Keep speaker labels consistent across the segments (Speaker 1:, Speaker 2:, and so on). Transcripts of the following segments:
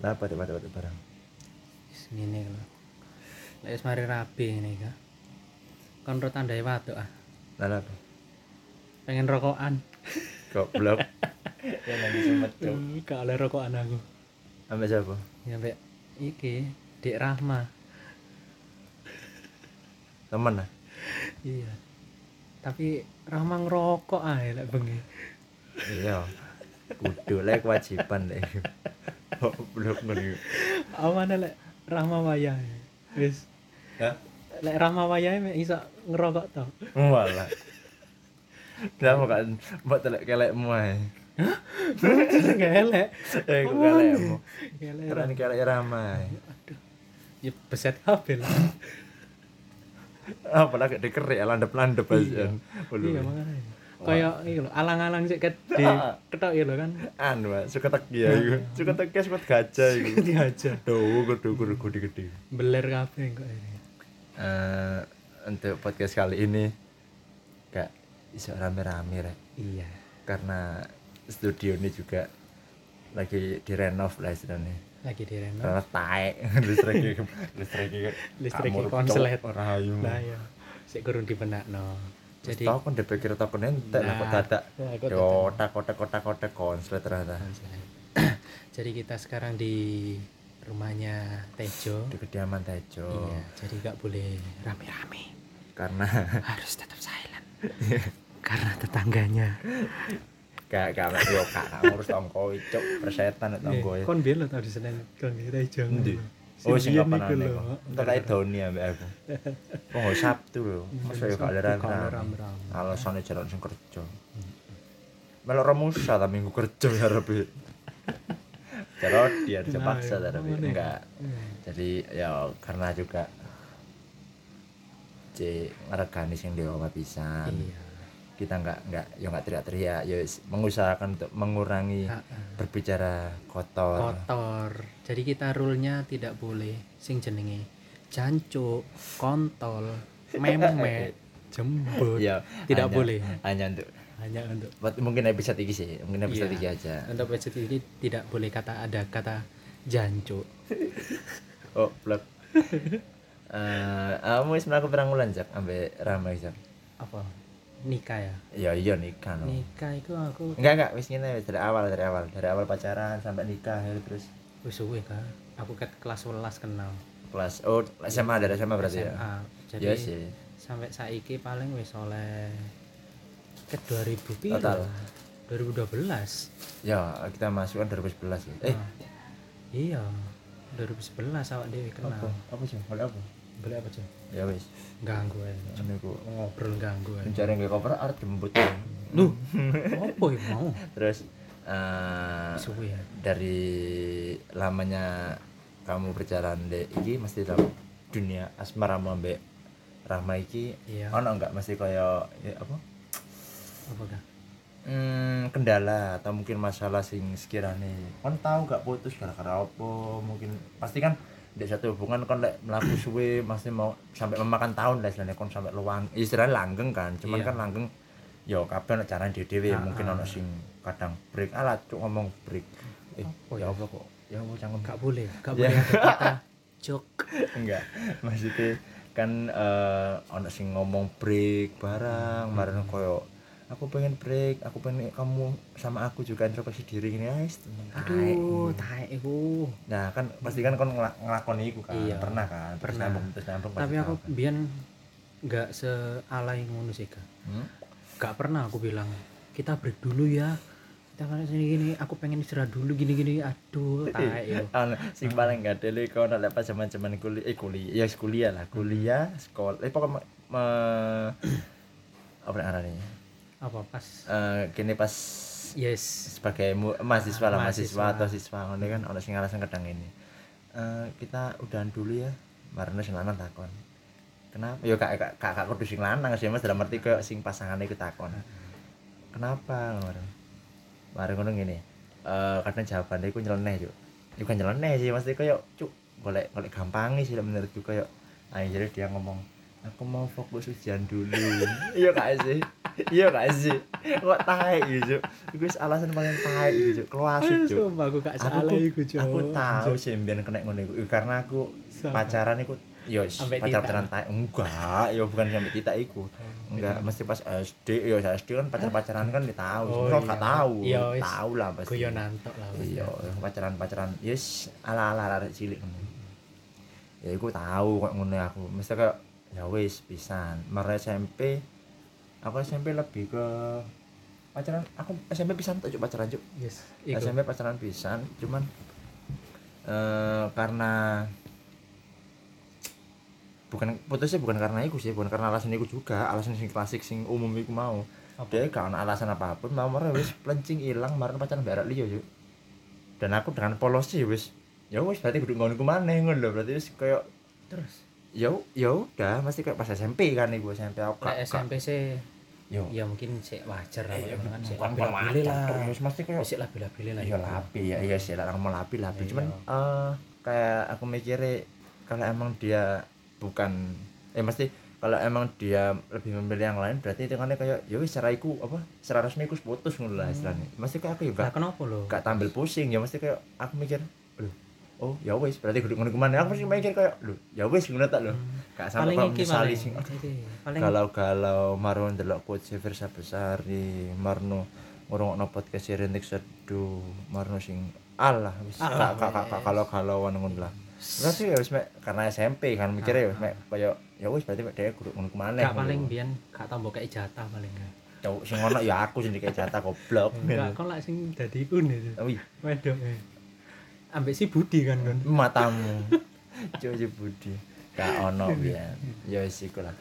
Speaker 1: Dapat dapat dapat barang.
Speaker 2: ngene lho. Nek wis mari rabi ngene iki. Kon ro tandai waduk ah.
Speaker 1: Nah, nah, apa?
Speaker 2: Pengen rokokan.
Speaker 1: Goblok.
Speaker 3: ya lagi sempet tuh
Speaker 2: Ih, Gak oleh rokokan aku.
Speaker 1: Ambil siapa?
Speaker 2: Ya mbek iki Dik Rahma.
Speaker 1: Temen ah.
Speaker 2: Iya. Tapi Rahma ngerokok ae lek bengi.
Speaker 1: Iya. Kudu lek kewajiban lek. Goblok ngono.
Speaker 2: Awane lek Rahma wayahe. Wis
Speaker 1: Ya.
Speaker 2: lek Rahma wayahe mek iso ngerokok to.
Speaker 1: Walah. Lah mau kan mbok telek kelekmu ae.
Speaker 2: Gak elek.
Speaker 1: Eh, kok
Speaker 2: Apaan
Speaker 1: kelekmu.
Speaker 2: ya? Gak elek.
Speaker 1: Ora kelek ramai.
Speaker 2: Ya beset kabel.
Speaker 1: Apa lagi dikerik ya, landep-landep aja.
Speaker 2: Iya
Speaker 1: Ulu.
Speaker 2: makanya. Kayak iki lho, alang-alang sik ket di ketok ya lho kan.
Speaker 1: Anu, ah, suka tek ya iku. Suka tek suka tek gajah iku.
Speaker 2: Dihajar.
Speaker 1: Dowo kudu kudu gede-gede.
Speaker 2: Beler kabeh kok ini.
Speaker 1: Eh, untuk podcast kali ini gak iso rame-rame rek
Speaker 2: Iya.
Speaker 1: karena studio ini juga lagi direnov lah istilahnya
Speaker 2: Lagi di renov.
Speaker 1: renov taek listrik listrik
Speaker 2: Listrik konslet.
Speaker 1: rayu
Speaker 2: Lah ya. Sik kurang dibenakno.
Speaker 1: jadi
Speaker 2: Jadi
Speaker 1: tau kan dipikir tau kan entek lah kok
Speaker 2: Nah,
Speaker 1: dadak
Speaker 2: lah, kok dadak.
Speaker 1: kotak kotak kotak kotak konslet ternyata
Speaker 2: jadi kita sekarang di rumahnya Tejo.
Speaker 1: di kediaman Tejo
Speaker 2: Iya, jadi nggak boleh rame-rame.
Speaker 1: karena
Speaker 2: Harus tetap silent. Karena tetangganya.
Speaker 1: gak gak gak yo gak gak ngurus tongko cuk persetan
Speaker 2: Iya.
Speaker 1: tongko
Speaker 2: Kon biyen lho tau di Senen, kon di Tejo.
Speaker 1: Endi? Oh sing kapan ane kok. Entar ae doni ambek aku. Kok nggak Sabtu lho. Masa ya gak leran.
Speaker 2: Gak leran-leran.
Speaker 1: Alasane jalan sing kerja. Melok remusa ta minggu kerja ya Rabi. Cara dia terpaksa ta
Speaker 2: Nah,
Speaker 1: Rabi.
Speaker 2: iya.
Speaker 1: Enggak. Jadi ya karena juga C ngeregani sing dewa pisan.
Speaker 2: Iya.
Speaker 1: Kita enggak enggak ya enggak teriak-teriak ya wis, mengusahakan untuk mengurangi
Speaker 2: Heeh.
Speaker 1: berbicara kotor.
Speaker 2: kotor jadi kita rule-nya tidak boleh sing jenenge jancuk kontol memek jembut
Speaker 1: Ya,
Speaker 2: tidak
Speaker 1: hanya-
Speaker 2: boleh
Speaker 1: Hanya untuk
Speaker 2: hanya untuk
Speaker 1: buat mungkin episode ini sih mungkin episode
Speaker 2: Iya.
Speaker 1: ini aja
Speaker 2: untuk budget ini tidak boleh kata ada kata jancuk
Speaker 1: oh blok Eh, kamu wis melakukan perang bulan jak ambe ramai jak
Speaker 2: apa nikah ya
Speaker 1: ya iya nikah no
Speaker 2: nikah itu aku
Speaker 1: enggak enggak wis ngene wis dari awal dari awal dari awal pacaran sampai nikah ya, terus
Speaker 2: wis suwe kan aku ket kelas 11 kenal
Speaker 1: kelas oh SMA dari SMA berarti ya
Speaker 2: Ah,
Speaker 1: iya
Speaker 2: jadi
Speaker 1: sih
Speaker 2: sampai saiki paling wis oleh ke 2000 piro?
Speaker 1: Total.
Speaker 2: 2012
Speaker 1: ya kita masuk kan 2011 ya eh
Speaker 2: Iya, 2011 awak dewi kenal.
Speaker 1: apa apa sih oleh apa
Speaker 2: Beli apa cuy?
Speaker 1: ya wis
Speaker 2: Ganggu aja.
Speaker 1: ini ku
Speaker 2: Ngobrol ganggu aja.
Speaker 1: mencari nggak cover art jembut
Speaker 2: Duh, apa yang mau?
Speaker 1: terus eh
Speaker 2: Suwe ya.
Speaker 1: dari lamanya kamu berjalan dek iki mesti dalam dunia asmara ambek Rahma iki
Speaker 2: Iya.
Speaker 1: ono enggak mesti kaya ya apa
Speaker 2: Apa gak?
Speaker 1: hmm, kendala atau mungkin masalah sing sekiranya kon tahu nggak putus gara-gara apa mungkin pasti kan di satu hubungan kon lek melaku suwe masih mau sampai memakan tahun lah istilahnya kon sampai luang istilahnya langgeng kan cuman
Speaker 2: Iya.
Speaker 1: kan langgeng yo kabeh ono carane dhewe
Speaker 2: Ah,
Speaker 1: mungkin
Speaker 2: ah.
Speaker 1: ono sing kadang break alat cuk ngomong break eh
Speaker 2: Apa
Speaker 1: ya
Speaker 2: ya?
Speaker 1: apa kok ya apa cangkem
Speaker 2: Gak boleh, gak
Speaker 1: Iya.
Speaker 2: boleh ada kata jok.
Speaker 1: enggak maksudnya kan eh ono sing ngomong break
Speaker 2: Hmm.
Speaker 1: barang bareng koyo aku pengen break aku pengen kamu sama aku juga introspeksi diri gini guys
Speaker 2: Aduh, tae iku.
Speaker 1: nah kan pasti kan kon ngela- ngelakoni iku kan
Speaker 2: Iya.
Speaker 1: pernah kan terus
Speaker 2: Pernah.
Speaker 1: nyambung terus nyambung
Speaker 2: Tapi
Speaker 1: pasti
Speaker 2: aku
Speaker 1: tahu kan.
Speaker 2: biyen gak sealai ngono sih Kak.
Speaker 1: Hmm?
Speaker 2: Gak pernah aku bilang kita break dulu ya. Kita kan sini gini, aku pengen istirahat dulu gini-gini. Aduh, tae iku.
Speaker 1: Anu, sing paling gak dele kono lek pas zaman-zaman kuliah eh kuliah ya kuliah
Speaker 2: Hmm.
Speaker 1: lah kuliah sekolah eh pokoknya me- me- apa namanya
Speaker 2: Apa pas?
Speaker 1: Eh kene pas
Speaker 2: Yes.
Speaker 1: sebagai mu- mahasiswa lah
Speaker 2: Ah,
Speaker 1: mahasiswa
Speaker 2: mahasiswa.
Speaker 1: atau siswa ngono kan ono sing alasan kadang ini Eh kita udahan dulu ya marane sing lanang takon kenapa ya kak kak kak kudu sing lanang sih mas dalam arti ke sing pasangannya iku takon kenapa ngono mari ngono ngene Eh kadang jawabannya iku nyeleneh yuk ya kan nyeleneh sih mesti koyo cuk golek golek gampangi sih menurutku Nah, koyo akhirnya dia ngomong aku mau fokus ujian dulu iya kak sih iya gak sih kok taek gitu gue alasan paling taek gitu keluar
Speaker 2: Aduh,
Speaker 1: sih
Speaker 2: sumpah aku gak salah iku, Cuk.
Speaker 1: aku tahu sih mbiyen kena ngono iku karena aku
Speaker 2: Sumpah.
Speaker 1: pacaran iku yo
Speaker 2: Sampai
Speaker 1: pacaran taek enggak yo bukan sampai kita iku enggak mesti pas SD yo SD kan pacar-pacaran kan dia tahu
Speaker 2: Oh,
Speaker 1: oh, gak
Speaker 2: iya.
Speaker 1: tahu
Speaker 2: Iya, wis.
Speaker 1: tahu lah pasti
Speaker 2: Guyonan tok lah. wis.
Speaker 1: iya pacaran-pacaran yes ala-ala arek cilik ngono ya iku tahu kok ngono aku mesti kayak ya wis pisan mare SMP aku SMP lebih ke pacaran aku SMP pisan tuh pacaran Cuk.
Speaker 2: Yes. Iku.
Speaker 1: SMP pacaran pisan, cuman eh karena bukan putusnya bukan karena iku sih, bukan karena alasan iku juga, alasan sing klasik sing umum iku mau.
Speaker 2: Apa?
Speaker 1: Dia gak ana alasan apapun, mau mereka wis plencing ilang marang pacaran mbak liyo yuk. Dan aku dengan polosnya wis ya wis berarti kudu ngono iku maneh ngono lho, berarti wis koyo
Speaker 2: Terus
Speaker 1: ya ya udah mesti kayak pas SMP kan iku SMP aku
Speaker 2: Lek
Speaker 1: gak- gak-
Speaker 2: SMP sih
Speaker 1: yo
Speaker 2: ya mungkin sik wajar lah
Speaker 1: Eh,
Speaker 2: kan sik
Speaker 1: bukan bukan
Speaker 2: bila-bila lah. Ya,
Speaker 1: wajar, ya, wis mesti koyo
Speaker 2: Sik lah bila-bila lah.
Speaker 1: Iya
Speaker 2: iku.
Speaker 1: lapi ya iya sih larang mau lapi lapi
Speaker 2: Iya.
Speaker 1: cuman eh, kayak aku mikirnya kalau emang dia bukan eh mesti kalau emang dia lebih memilih yang lain berarti itu kan kayak ya wis secara iku apa secara resmi iku putus ngono lah istilahnya mesti kayak aku ya juga
Speaker 2: Hmm. Lah kenapa lho?
Speaker 1: gak tampil pusing ya mesti kayak aku mikir "Loh, oh ya wis berarti kudu ngono kemana aku sih mikir kayak lho ya wis ngono tak lho gak sampai kalau
Speaker 2: Hmm. Paling iki
Speaker 1: menyesali
Speaker 2: paling.
Speaker 1: sing
Speaker 2: Paling
Speaker 1: galau-galau marun delok quotes Versa Besari marno ngrungokno podcast e Rintik Seduh marno sing alah wis kak
Speaker 2: Alah,
Speaker 1: kak kak kak galau-galauan ngono lah berarti ya wis mek karena SMP kan mikirnya ya wis mek koyo ya wis berarti mek dhewe kudu ngono kemana
Speaker 2: Ah, gak paling biyen gak tambah kayak jatah paling. gak.
Speaker 1: cowok sing ngono ya aku sendiri kayak jatah goblok
Speaker 2: Enggak, kon lak sing dadi un itu.
Speaker 1: wih
Speaker 2: Wedok. e. Ambek si Budi kan kon.
Speaker 1: matamu cuci budi gak ono biyen ya wis iku lah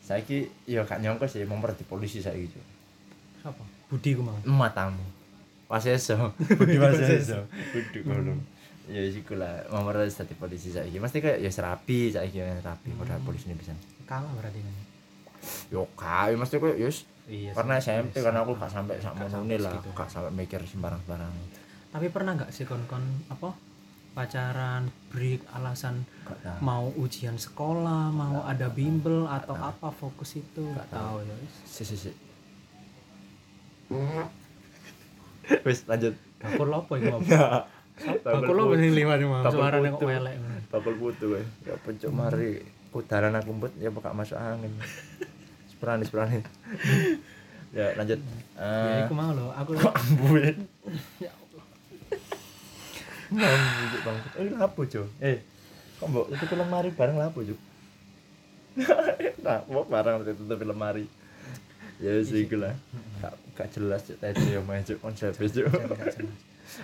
Speaker 1: saiki ya gak nyongko sih mau di polisi saiki Cuk.
Speaker 2: Apa? Budi ku mau.
Speaker 1: matamu waseso budi waseso
Speaker 2: Waseso.
Speaker 1: budi belum ya siku lah nomor tadi polisi saiki mesti kayak ya serapi saiki ya rapi modal
Speaker 2: Hmm.
Speaker 1: polisi ini bisa
Speaker 2: Kalah berarti kan.
Speaker 1: yo kae mesti kayak yus
Speaker 2: Iya.
Speaker 1: karena
Speaker 2: sih,
Speaker 1: SMP
Speaker 2: iya,
Speaker 1: karena kan
Speaker 2: sih.
Speaker 1: aku gak sampai sak
Speaker 2: Gak
Speaker 1: monone
Speaker 2: sampai
Speaker 1: lah
Speaker 2: segitu.
Speaker 1: gak sampai mikir sembarang-sembarang
Speaker 2: Tapi pernah nggak sih kon-kon apa pacaran break alasan
Speaker 1: gak tahu
Speaker 2: mau ujian sekolah, mau ada bimbel atau apa fokus itu nggak tahu ya. wis.
Speaker 1: si si si wis lanjut
Speaker 2: Bakul apa iku mau?
Speaker 1: bakul
Speaker 2: Bakul apa
Speaker 1: put-
Speaker 2: sing liwat mau?
Speaker 1: bakul
Speaker 2: Suarane kok
Speaker 1: putu.
Speaker 2: elek. ngono.
Speaker 1: bakul putu ya ya pencuk mari kudaran aku mbut ya buka masuk angin sepurane sepurane ya lanjut
Speaker 2: Ya
Speaker 1: Eh,
Speaker 2: iku mau loh, aku
Speaker 1: kok ambu ya mambu cuk bang eh lapo cuk eh kok mbok tutup lemari bareng lapo cuk nah mau barang tutup lemari ya wis iku lah gak gak jelas cuk tadi yo main cuk konsep cuk
Speaker 2: Jangan nggak jelas.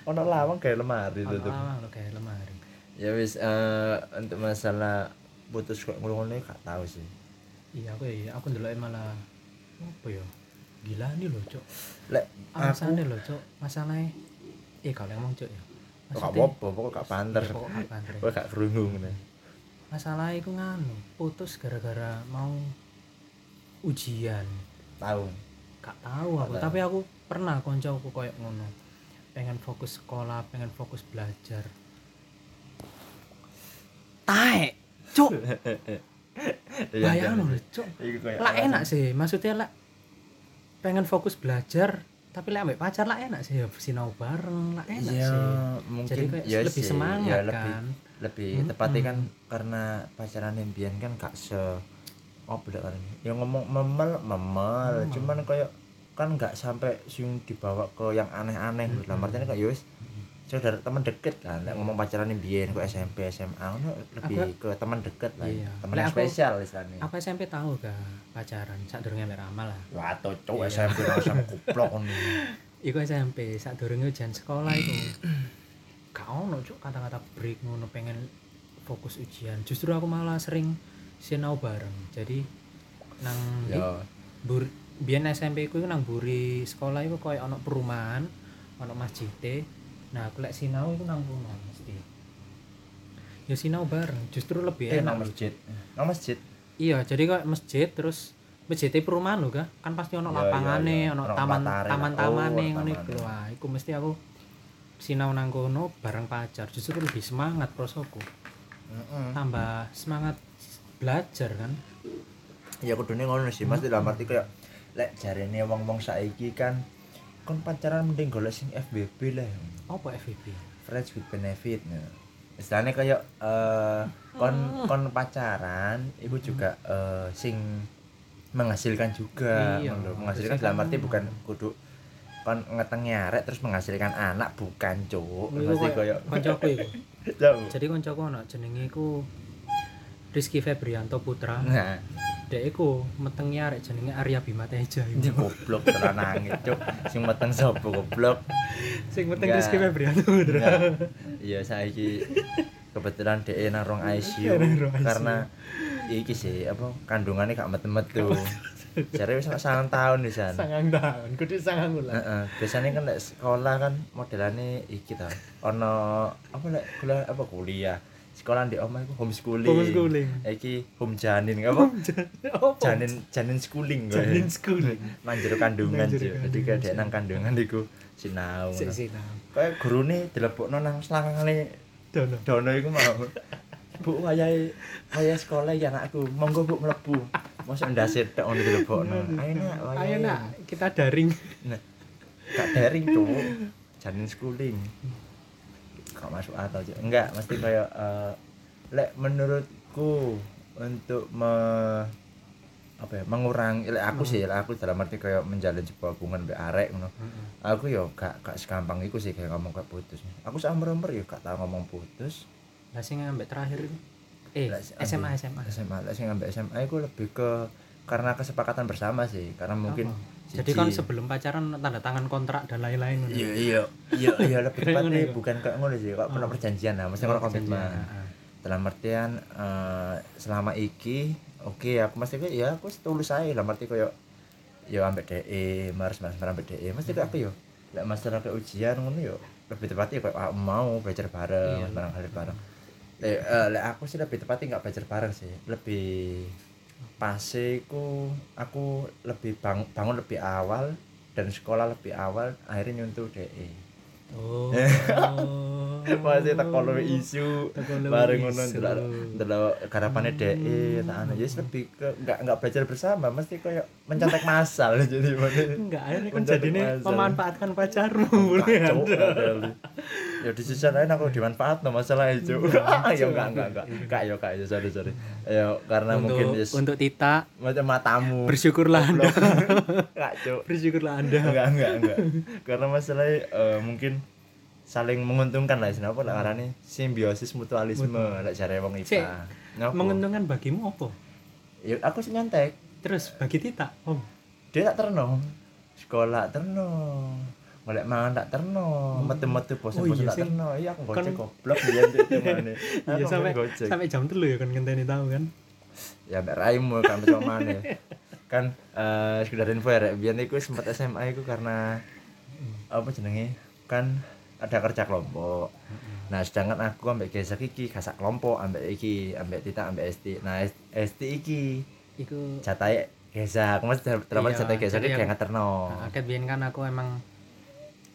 Speaker 1: ono lawang kayak lemari tutup
Speaker 2: Lama lo Ah, kayak lemari.
Speaker 1: ya wis eh, untuk masalah putus kok ngono gak tahu sih
Speaker 2: Iya aku ya, aku ndelok malah apa ya? Gila nih loh, Cok.
Speaker 1: lek aku
Speaker 2: Alasannya loh, Cok. Masalahnya eh kalau emang Cok ya.
Speaker 1: gak
Speaker 2: Maksudnya-
Speaker 1: apa-apa pokok gak panter
Speaker 2: Iya, pokok gak panter.
Speaker 1: Pokok gak kerungu ngene
Speaker 2: masalah itu nganu putus gara-gara mau ujian
Speaker 1: tahu
Speaker 2: gak tahu aku
Speaker 1: Gak tahu.
Speaker 2: tapi aku pernah koncoku koyok ngono pengen fokus sekolah pengen fokus belajar tae cuk
Speaker 1: Iya,
Speaker 2: bayang
Speaker 1: iya.
Speaker 2: lho cuk
Speaker 1: Iku kayak
Speaker 2: lah enak sih maksudnya lah pengen fokus belajar tapi lah ambek pacar lah enak sih ya sinau bareng lah enak
Speaker 1: ya,
Speaker 2: sih
Speaker 1: mungkin
Speaker 2: jadi kayak
Speaker 1: ya
Speaker 2: lebih
Speaker 1: sih,
Speaker 2: semangat
Speaker 1: ya,
Speaker 2: kan
Speaker 1: lebih, lebih
Speaker 2: Mm-mm.
Speaker 1: tepatnya kan karena pacaran yang biyen kan gak se oh beda kan ya ngomong memel memel
Speaker 2: Memel.
Speaker 1: cuman kayak kan nggak sampai sing dibawa ke yang aneh-aneh
Speaker 2: Hmm.
Speaker 1: gitu lah artinya kayak yowis saudara teman deket kan Lek ngomong pacaran yang biyen kok SMP SMA ngono lebih ke teman deket lah
Speaker 2: Iya.
Speaker 1: teman
Speaker 2: Lek
Speaker 1: yang
Speaker 2: aku-
Speaker 1: spesial istilahnya
Speaker 2: aku SMP tahu gak pacaran saat durungnya merama lah
Speaker 1: Wah, cocok
Speaker 2: Iya.
Speaker 1: SMP nang SMP kuplok ngono. Ya.
Speaker 2: Iku SMP, saat durungnya ujian sekolah itu. Gak ono cuk kata-kata break ngono pengen fokus ujian. Justru aku malah sering sinau bareng. Jadi nang di-
Speaker 1: Ya,
Speaker 2: bur biyen SMP ku iku nang buri sekolah iku koyo ono perumahan, ono masjid Nah, aku lek sinau iku nang perumahan mesti. Ya sinau bareng, justru lebih
Speaker 1: eh nang
Speaker 2: enak.
Speaker 1: masjid. Nang masjid.
Speaker 2: Iya, jadi kok masjid terus masjid perumahan lho kah? Kan pasti
Speaker 1: Iya,
Speaker 2: ono
Speaker 1: iya,
Speaker 2: lapangane,
Speaker 1: iya.
Speaker 2: ono
Speaker 1: Ono
Speaker 2: taman
Speaker 1: batare,
Speaker 2: taman-tamane
Speaker 1: oh,
Speaker 2: ngono
Speaker 1: taman.
Speaker 2: iku lho. Wah, iku mesti aku sinau nang kono bareng pacar. Justru lebih semangat prosoku.
Speaker 1: Hmm. Heeh.
Speaker 2: Tambah semangat belajar kan.
Speaker 1: ya kudune ngono sih mas dalam arti kayak lek jarene wong-wong saiki kan kon pacaran mending golek sing FBB lah
Speaker 2: apa FVP
Speaker 1: friends with benefit nah. istilahnya kayak eh, kon kon pacaran ibu juga eh, sing menghasilkan juga
Speaker 2: Iya,
Speaker 1: ngono lho. menghasilkan dalam arti
Speaker 2: menghasilkan.
Speaker 1: bukan kudu kon ngetengi arek terus menghasilkan anak bukan cuk
Speaker 2: Iya,
Speaker 1: mesti kayak
Speaker 2: koncoku iku
Speaker 1: Tau.
Speaker 2: jadi koncoku ono jenenge iku Rizky Febrianto Putra
Speaker 1: nah
Speaker 2: dek iku metenge arek jenenge Arya Bima Teja iku.
Speaker 1: ini goblok tenan nangis cuk sing meteng sapa goblok
Speaker 2: sing meteng
Speaker 1: Enggak.
Speaker 2: Rizky Febrianto Putra
Speaker 1: Nah, iya saiki kebetulan DE nang ruang ICU
Speaker 2: Nang ruang ICU.
Speaker 1: karena iki sih apa kandungannya gak metemet
Speaker 2: Oh.
Speaker 1: tuh. Jare wis sangang tahun di sana.
Speaker 2: sangang tahun kudu sangang ulah
Speaker 1: Heeh, biasanya kan lek sekolah kan modelannya iki ta. Ono apa lek kuliah apa kuliah. Sekolah di omah iku homeschooling.
Speaker 2: Homeschooling.
Speaker 1: Iki home janin apa?
Speaker 2: Apa?
Speaker 1: Janin janin schooling gue.
Speaker 2: Janin schooling.
Speaker 1: Nang jero kandungan
Speaker 2: Nang
Speaker 1: sih.
Speaker 2: jero
Speaker 1: Jadi kayak
Speaker 2: kandungan,
Speaker 1: dek nang kandungan iku sinau.
Speaker 2: sik sik nah
Speaker 1: Kayak gurune dilebokno nang selangane
Speaker 2: dono
Speaker 1: dono iku mau bu wayahe wayahe sekolah ya anakku monggo bu mlebu mosok ndasir tok ngono dilebokno ayo nak wayahe
Speaker 2: ayo nak kita daring
Speaker 1: Nah, gak daring tuh janin schooling gak masuk akal Cuk. enggak mesti kayak eh, lek menurutku untuk me apa ya mengurangi lek aku sih lek aku dalam arti kayak menjalin sebuah hubungan mbek arek ngono aku yo gak gak segampang iku sih kayak ngomong kayak putus aku sama meremper yo gak tau ngomong putus
Speaker 2: lah sing ambek terakhir iku. eh
Speaker 1: Lah, sing
Speaker 2: SMA
Speaker 1: ambek-
Speaker 2: SMA
Speaker 1: SMA lah sing ambek SMA iku lebih ke karena kesepakatan bersama sih karena mungkin
Speaker 2: Apa? jadi kan
Speaker 1: siji-
Speaker 2: sebelum pacaran tanda tangan kontrak dan lain-lain ngono.
Speaker 1: iya iya iya iya lebih
Speaker 2: Keren
Speaker 1: tepat
Speaker 2: ngono
Speaker 1: nih
Speaker 2: iku.
Speaker 1: bukan kayak ngono sih kok pernah perjanjian lah mesti
Speaker 2: Oh,
Speaker 1: ngono komitmen
Speaker 2: perjanjian, ah, ah.
Speaker 1: dalam artian eh, selama iki oke aku mesti kayak ya aku tulus aja dalam arti kayak ya ambek DE mars mars mars ambek DE mesti kayak aku yo lek masalah kayak ujian ngono yo lebih tepatnya kayak aku mau belajar bareng
Speaker 2: Iya.
Speaker 1: bareng hal bareng lek eh, lek aku sih lebih tepatnya nggak belajar bareng sih lebih pasiku aku lebih bang- bangun lebih awal dan sekolah lebih awal akhirnya nyuntuh DE
Speaker 2: Oh.
Speaker 1: masih tak kalau isu
Speaker 2: Teko luwe
Speaker 1: bareng ngono
Speaker 2: isu. Hmm.
Speaker 1: ndelok ndelok garapane DE tak anu ya lebih ke nggak nggak belajar bersama mesti kayak mencetak masal jadi
Speaker 2: Enggak, akhirnya kan
Speaker 1: Mencetak
Speaker 2: jadinya
Speaker 1: masal.
Speaker 2: memanfaatkan pacarmu.
Speaker 1: Kacau, Adele. ya di sisi lain aku dimanfaat no masalah itu ya enggak enggak enggak enggak ya enggak ya sorry sorry ya karena mungkin
Speaker 2: Untuk,
Speaker 1: yes,
Speaker 2: untuk Tita,
Speaker 1: macam matamu
Speaker 2: bersyukurlah Anda.
Speaker 1: enggak cuk
Speaker 2: bersyukurlah Anda.
Speaker 1: enggak enggak enggak karena masalahnya eh, mungkin saling menguntungkan lah kenapa lah arane simbiosis mutualisme lek jare wong
Speaker 2: Cek,
Speaker 1: IPA Ngapa?
Speaker 2: Menguntungkan bagimu apa?
Speaker 1: ya aku sih nyantek
Speaker 2: Terus bagi Tita, Om.
Speaker 1: dia tak terno sekolah terno golek mangan tak terno metu-metu bosen-bosen
Speaker 2: Hmm. Oh iya
Speaker 1: tak
Speaker 2: sih.
Speaker 1: terno iya aku
Speaker 2: Kan-
Speaker 1: gocek goblok biyen cek temane
Speaker 2: Iya
Speaker 1: Aku
Speaker 2: sampai
Speaker 1: gocek
Speaker 2: sampai jam telu ya kan ngenteni tahu kan.
Speaker 1: ya mbak raimu kan besok mana kan eh sekedar info ya Rek. biar aku sempat SMA aku karena apa jenenge kan ada kerja kelompok nah sedangkan aku ambek geser iki kasak kelompok ambek iki ambek tita ambek st nah st iki
Speaker 2: Iku
Speaker 1: catai gesa aku masih terlalu
Speaker 2: Iya,
Speaker 1: catai gesa
Speaker 2: jadi
Speaker 1: iki
Speaker 2: yang-
Speaker 1: kayak ngeterno
Speaker 2: Nah, ket biyen kan aku emang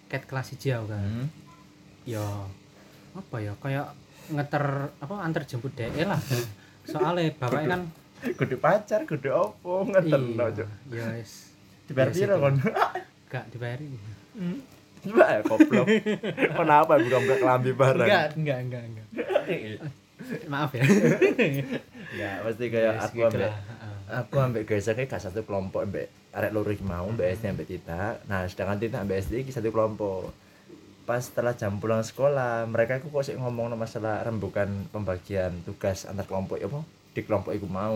Speaker 2: ket kelas 1 aku kan.
Speaker 1: Hmm.
Speaker 2: Ya apa ya kayak ngeter apa antar jemput DE lah. Soalnya bapaknya kan
Speaker 1: kudu pacar kudu opo ngeterno
Speaker 2: iya,
Speaker 1: cuk
Speaker 2: ya wis.
Speaker 1: dibayar
Speaker 2: Iya sih,
Speaker 1: piro
Speaker 2: Cuk.
Speaker 1: kon
Speaker 2: Gak dibayar.
Speaker 1: Wah, goblok kenapa buka buka kelambi bareng
Speaker 2: enggak, enggak, enggak.
Speaker 1: enggak
Speaker 2: Maaf ya.
Speaker 1: ya pasti kayak
Speaker 2: Yes,
Speaker 1: aku
Speaker 2: gitu
Speaker 1: ambek
Speaker 2: lah. Heeh.
Speaker 1: aku ambek Gaisa kayak gak satu kelompok ambek arek loro iki mau ambek SD ambek Tita nah sedangkan Tita ambek SD iki satu kelompok pas setelah jam pulang sekolah mereka itu kok sih ngomong masalah rembukan pembagian tugas antar kelompok apa di kelompok iku mau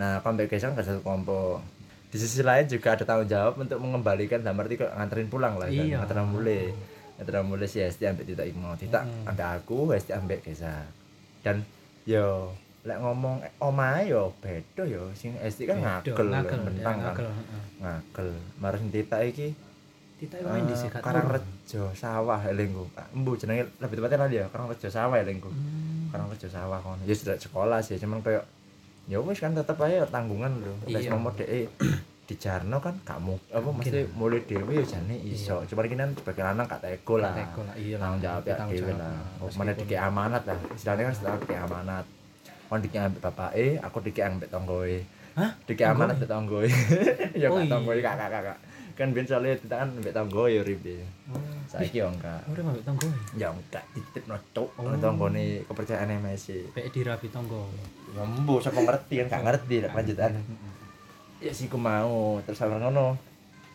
Speaker 1: nah aku ambek Gaisa kan gak satu kelompok di sisi lain juga ada tanggung jawab untuk mengembalikan dalam arti kayak nganterin pulang lah kan
Speaker 2: Iya.
Speaker 1: nganterin mulai nganterin mulai si SD ambek Tita iku mau Tita
Speaker 2: Mm.
Speaker 1: ambek aku SD ambek Gaisa dan yo lek ngomong "Eh, omahe yo beda yo sing SD kan ngagel
Speaker 2: Bedo, ngagel,
Speaker 1: ngagel bentang
Speaker 2: ya,
Speaker 1: kan
Speaker 2: ngagel, heeh.
Speaker 1: ngagel marang titik iki
Speaker 2: Tita iku main di
Speaker 1: eh,
Speaker 2: sikat.
Speaker 1: Karangrejo sawah elingku embu jenenge lebih tepatnya lali ya Karangrejo sawah elingku
Speaker 2: Hmm.
Speaker 1: Karangrejo sawah kon ya sudah sekolah sih cuman kayak ya wis kan tetep aja tanggungan lho wis
Speaker 2: Iya.
Speaker 1: nomor dhek dijarno kan gak mu- apa mesti mulai dhewe ya jane iso cuman kini kan sebagai lanang gak tego lah
Speaker 2: Teko lah, iya lah.
Speaker 1: tanggung jawab ya
Speaker 2: Tanggung
Speaker 1: dhewe
Speaker 2: jawab,
Speaker 1: lah.
Speaker 2: heeh.
Speaker 1: Oh, Mana dikek amanat lah. Istilahnya kan setelah dikek amanat. Kon dikek ambek bapake, aku dikek ambek tonggoe.
Speaker 2: Hah?
Speaker 1: Dikek amanat mbek tangga. Ya
Speaker 2: Oh,
Speaker 1: gak
Speaker 2: iya.
Speaker 1: tangga kakak-kakak. Kan ben soalnya ditakan mbek tangga ya ribe.
Speaker 2: Oh,
Speaker 1: Saiki yo enggak.
Speaker 2: Ora mbak tonggo.
Speaker 1: Ya enggak dititipno cuk
Speaker 2: Oh.
Speaker 1: nang tanggane kepercayaane Messi.
Speaker 2: Pek dirabi tonggo.
Speaker 1: Ya mbo sapa ngerti kan gak ngerti lek lanjutan. Ya sih ku mau terus sama ngono.